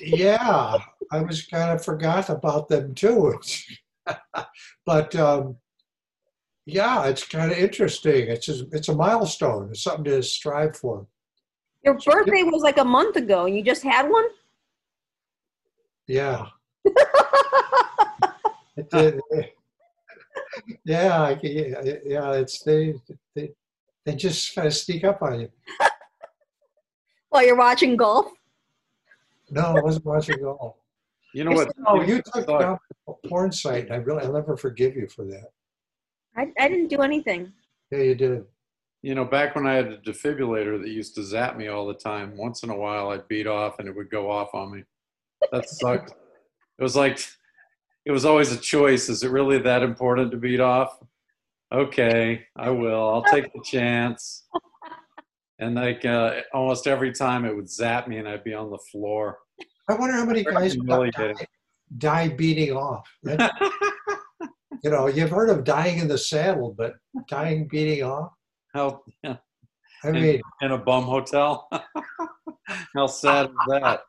Speaker 4: yeah, I was kind of forgot about them too. but um, yeah, it's kind of interesting. It's just, it's a milestone. It's something to strive for.
Speaker 3: Your birthday was like a month ago, and you just had one.
Speaker 4: Yeah. It did. yeah, I, can- yeah, yeah, it's they, they, they just kind of sneak up on you.
Speaker 3: While you're watching golf.
Speaker 4: No, I wasn't watching golf.
Speaker 2: You know
Speaker 3: You're
Speaker 2: what?
Speaker 4: Oh, you took
Speaker 2: Sorry.
Speaker 4: down a porn site, and I really, I'll never forgive you for that.
Speaker 3: I, I didn't do anything.
Speaker 4: Yeah, you did.
Speaker 2: You know, back when I had a defibrillator that used to zap me all the time, once in a while I'd beat off and it would go off on me. That sucked. it was like, it was always a choice. Is it really that important to beat off? Okay, I will. I'll take the chance. And like uh, almost every time it would zap me and I'd be on the floor.
Speaker 4: I wonder how many
Speaker 2: Very
Speaker 4: guys
Speaker 2: humiliating.
Speaker 4: die, die beating off. That- you know, you've heard of dying in the saddle, but dying beating off.
Speaker 2: How,
Speaker 4: I mean,
Speaker 2: in a bum hotel? How sad is that?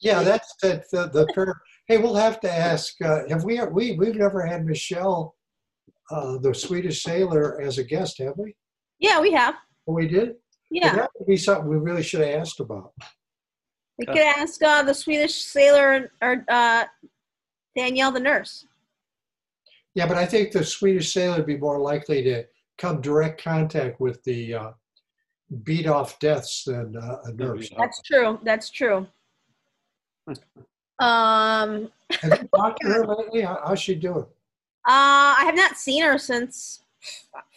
Speaker 4: yeah, that's the the, the pair. Hey, we'll have to ask. Uh, have we we we've never had Michelle, uh, the Swedish sailor, as a guest, have we?
Speaker 3: Yeah, we have.
Speaker 4: Oh, we did.
Speaker 3: Yeah.
Speaker 4: That would be something we really should have asked about.
Speaker 3: We could ask uh, the Swedish sailor or uh, Danielle the nurse.
Speaker 4: Yeah, but I think the Swedish sailor would be more likely to come direct contact with the uh, beat off deaths than uh, a nurse.
Speaker 2: Oh.
Speaker 3: That's true. That's true. Um,
Speaker 4: Have you talked to her lately? How, how's she doing?
Speaker 3: uh, I have not seen her since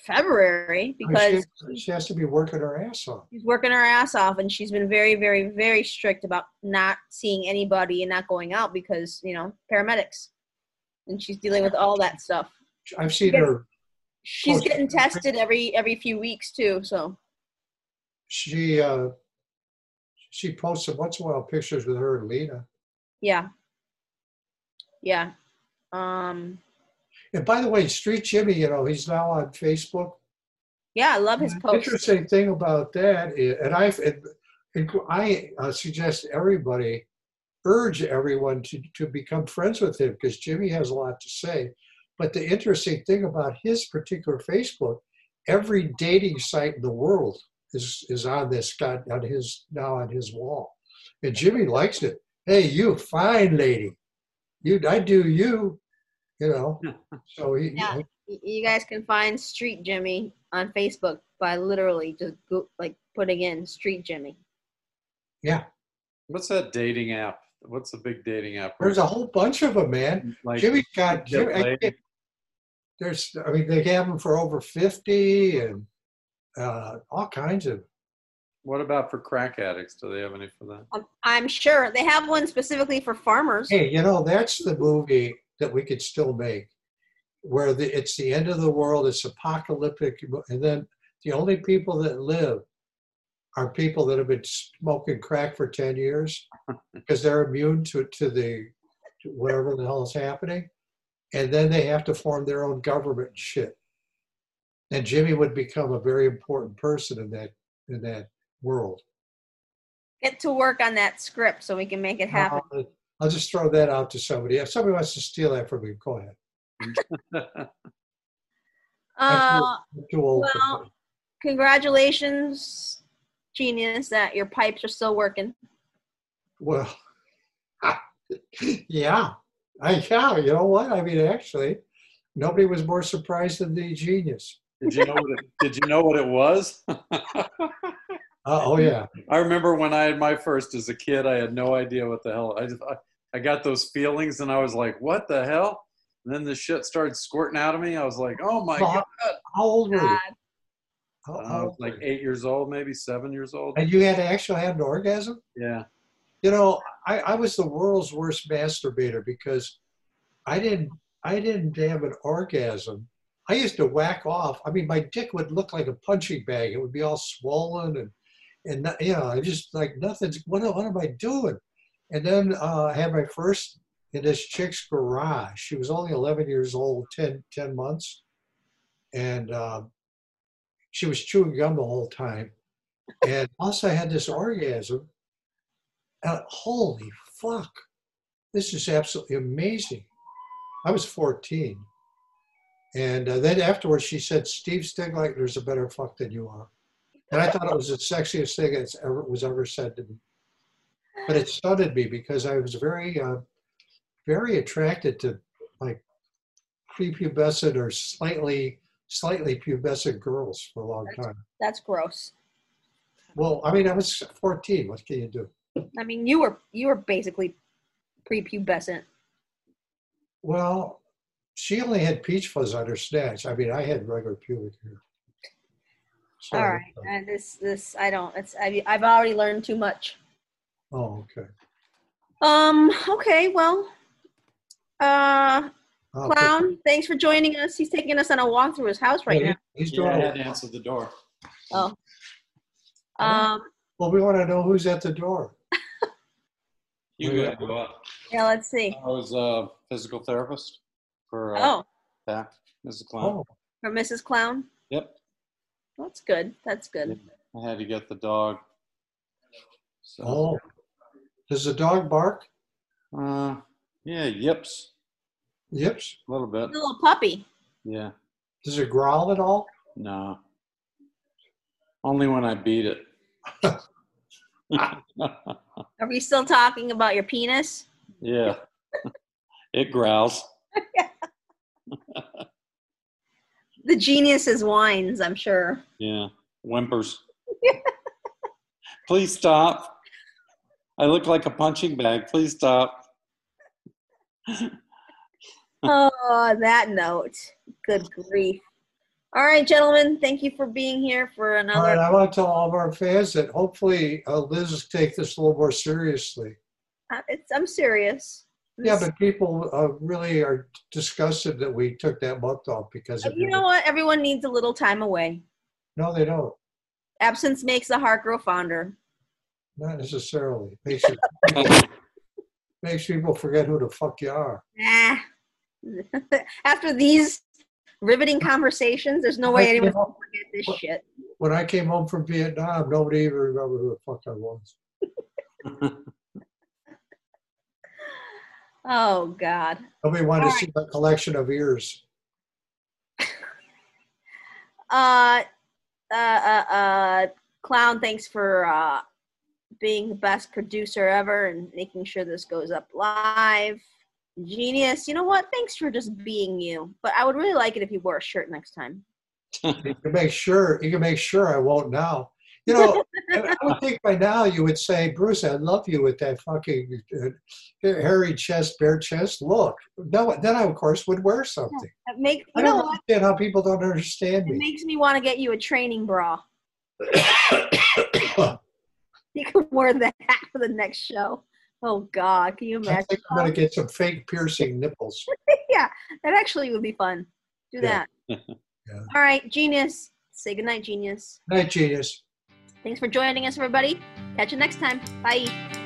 Speaker 3: February
Speaker 4: I mean,
Speaker 3: because
Speaker 4: she, she has to be working her ass off.
Speaker 3: she's working her ass off and she's been very, very, very strict about not seeing anybody and not going out because, you know, paramedics. And she's dealing with all that stuff.
Speaker 4: I've seen her.
Speaker 3: She's
Speaker 4: Okay.
Speaker 3: getting tested every every few weeks too, so
Speaker 4: She uh, she posts once in a while pictures with her and Lena.
Speaker 3: yeah. Yeah. Um
Speaker 4: And by the way, Street Jimmy, you know, he's now on Facebook.
Speaker 3: yeah, I love his posts.
Speaker 4: Mm, Interesting thing about that, is, and I've, and- and I uh, suggest everybody, urge everyone to, to become friends with him because Jimmy has a lot to say. But the interesting thing about his particular Facebook, every dating site in the world is, is on this, got on his, now on his wall. And Jimmy likes it. Hey, you fine lady. You, I do you, you know. So he,
Speaker 3: Yeah. Y- You guys can find Street Jimmy on Facebook by literally just go, like putting in Street Jimmy.
Speaker 2: What's that dating app? What's the big dating app?
Speaker 4: there's a whole bunch of them, man.
Speaker 2: like,
Speaker 4: Jimmy's got
Speaker 2: Jim
Speaker 4: Jimmy, I
Speaker 2: Blade.
Speaker 4: can't- there's I mean they have them for over fifty and uh, all kinds of
Speaker 2: What about for crack addicts? Do they have any for that?
Speaker 3: Um, I'm sure they have one specifically for farmers.
Speaker 4: hey you know that's the movie that we could still make where the, it's the end of the world it's apocalyptic and then the only people that live are people that have been smoking crack for 10 years because they're immune to, to the to whatever the hell is happening and then they have to form their own government and shit and jimmy would become a very important person in that in that world
Speaker 3: Get to work on that script so we can make it happen.
Speaker 4: Uh, i'll just throw that out to somebody if somebody wants to steal that from me go ahead
Speaker 3: Uh,
Speaker 4: I'm too old for
Speaker 3: well,
Speaker 4: that.
Speaker 3: congratulations, genius, that your pipes are still working.
Speaker 4: Well, yeah, I yeah. You know what? I mean, actually, nobody was more surprised than the genius.
Speaker 2: Did you know what it, did you know what it was?
Speaker 4: Uh, oh yeah,
Speaker 2: I remember when I had my first as a kid, I had no idea what the hell. I just I, I got those feelings and I was like, what the hell? And then the shit started squirting out of me. I was like, oh my
Speaker 4: Well,
Speaker 2: god.
Speaker 4: how old were you?
Speaker 3: God.
Speaker 4: How-
Speaker 2: And I
Speaker 4: how
Speaker 2: was
Speaker 4: old
Speaker 2: like
Speaker 4: were you?
Speaker 2: eight years old, maybe seven years old.
Speaker 4: and you had to actually have an orgasm.
Speaker 2: Yeah.
Speaker 4: You know, I, I was the world's worst masturbator because I didn't I didn't have an orgasm. I used to whack off. I mean, my dick would look like a punching bag. It would be all swollen and and not- you know, I just like nothing's. What, am- what am I doing? And then uh, I had my first in this chick's garage. She was only 11 years old, 10, 10 months, and um, she was chewing gum the whole time. And also, I had this orgasm. And holy fuck! This is absolutely amazing. I was 14. And uh, then afterwards, she said, Steve Stigleitner's a better fuck than you are. And I thought it was the sexiest thing that's ever was ever said to me. but it stunned me because I was very, uh, very attracted to like prepubescent or slightly, slightly pubescent girls for a long time.
Speaker 3: That's gross.
Speaker 4: Well, I mean, I was 14. What can you do?
Speaker 3: I mean, you were you were basically prepubescent.
Speaker 4: Well, she only had peach fuzz on her snatch. I mean, I had regular pubic hair. So,
Speaker 3: All right, uh, this this I don't. It's I, I've already learned too much.
Speaker 4: Oh, okay.
Speaker 3: Um. Okay. Well. Uh,
Speaker 4: I'll put-
Speaker 3: clown. Thanks for joining us. He's taking us on a walk through his house right now.
Speaker 4: He's
Speaker 6: Yeah,
Speaker 4: doing
Speaker 6: I had to
Speaker 4: it.
Speaker 6: answer the door.
Speaker 3: Um.
Speaker 4: Well, we want to know who's at the door.
Speaker 6: You
Speaker 4: Wait,
Speaker 6: got to
Speaker 4: wait.
Speaker 6: go up.
Speaker 3: Yeah. Let's see.
Speaker 6: I was a physical therapist for uh,
Speaker 3: Oh,
Speaker 6: Pat, Mrs. Klein.
Speaker 4: Oh,
Speaker 3: for Mrs. Clown.
Speaker 6: Yep,
Speaker 3: That's good. That's good.
Speaker 6: I had to get the dog. So,
Speaker 4: oh. Does the dog bark?
Speaker 6: uh, yeah, yips
Speaker 4: Yips.
Speaker 6: a little bit.
Speaker 3: Little puppy.
Speaker 6: Yeah,
Speaker 4: Does it growl at all?
Speaker 6: no. Only when I beat it.
Speaker 3: Are we still talking about your penis?
Speaker 6: yeah, it growls.
Speaker 3: The genius's whines, I'm sure.
Speaker 6: Yeah, whimpers. Please stop. I look like a punching bag. Please stop.
Speaker 3: oh, on that note, good grief. All right, gentlemen, thank you for being here for
Speaker 4: All right,
Speaker 3: another.
Speaker 4: I want to tell all of our fans that hopefully uh, Liz will take this a little more seriously.
Speaker 3: I- It's, I'm serious.
Speaker 4: Yeah,
Speaker 3: This-
Speaker 4: but people uh, really are disgusted that we took that month off because of
Speaker 3: you know what? Everyone needs a little time away.
Speaker 4: No, they don't.
Speaker 3: Absence makes the heart grow fonder.
Speaker 4: Not necessarily. Makes, you, makes people forget who the fuck you are.
Speaker 3: Nah. After these riveting conversations, there's no way
Speaker 4: Like, you
Speaker 3: anyone's
Speaker 4: know,
Speaker 3: going to forget this shit.
Speaker 4: when I came home from Vietnam, nobody even remembered who the fuck I was.
Speaker 3: Oh, God.
Speaker 4: Nobody wanted
Speaker 3: All
Speaker 4: to see my collection of ears.
Speaker 3: uh, uh, uh, uh, clown, thanks for uh, being the best producer ever and making sure this goes up live. Genius, you know what? Thanks for just being you. But I would really like it if you wore a shirt next time.
Speaker 4: You can make sure you can make sure I won't now. You know, I would think by now you would say, Bruce, I love you with that fucking uh, hairy chest, bare chest look. No, then I of course would wear something.
Speaker 3: It Uh, make
Speaker 4: I
Speaker 3: you know
Speaker 4: don't
Speaker 3: what?
Speaker 4: understand how people don't understand
Speaker 3: It
Speaker 4: me.
Speaker 3: makes me want to get you a training bra. You can wear that for the next show. Oh God, can you
Speaker 4: I
Speaker 3: imagine?
Speaker 4: think I'm gonna get some fake piercing nipples.
Speaker 3: That actually would be fun. Do
Speaker 4: Yeah.
Speaker 3: that. All right, genius. Say goodnight, genius.
Speaker 4: Night, genius.
Speaker 3: Thanks for joining us, everybody. Catch you next time. Bye.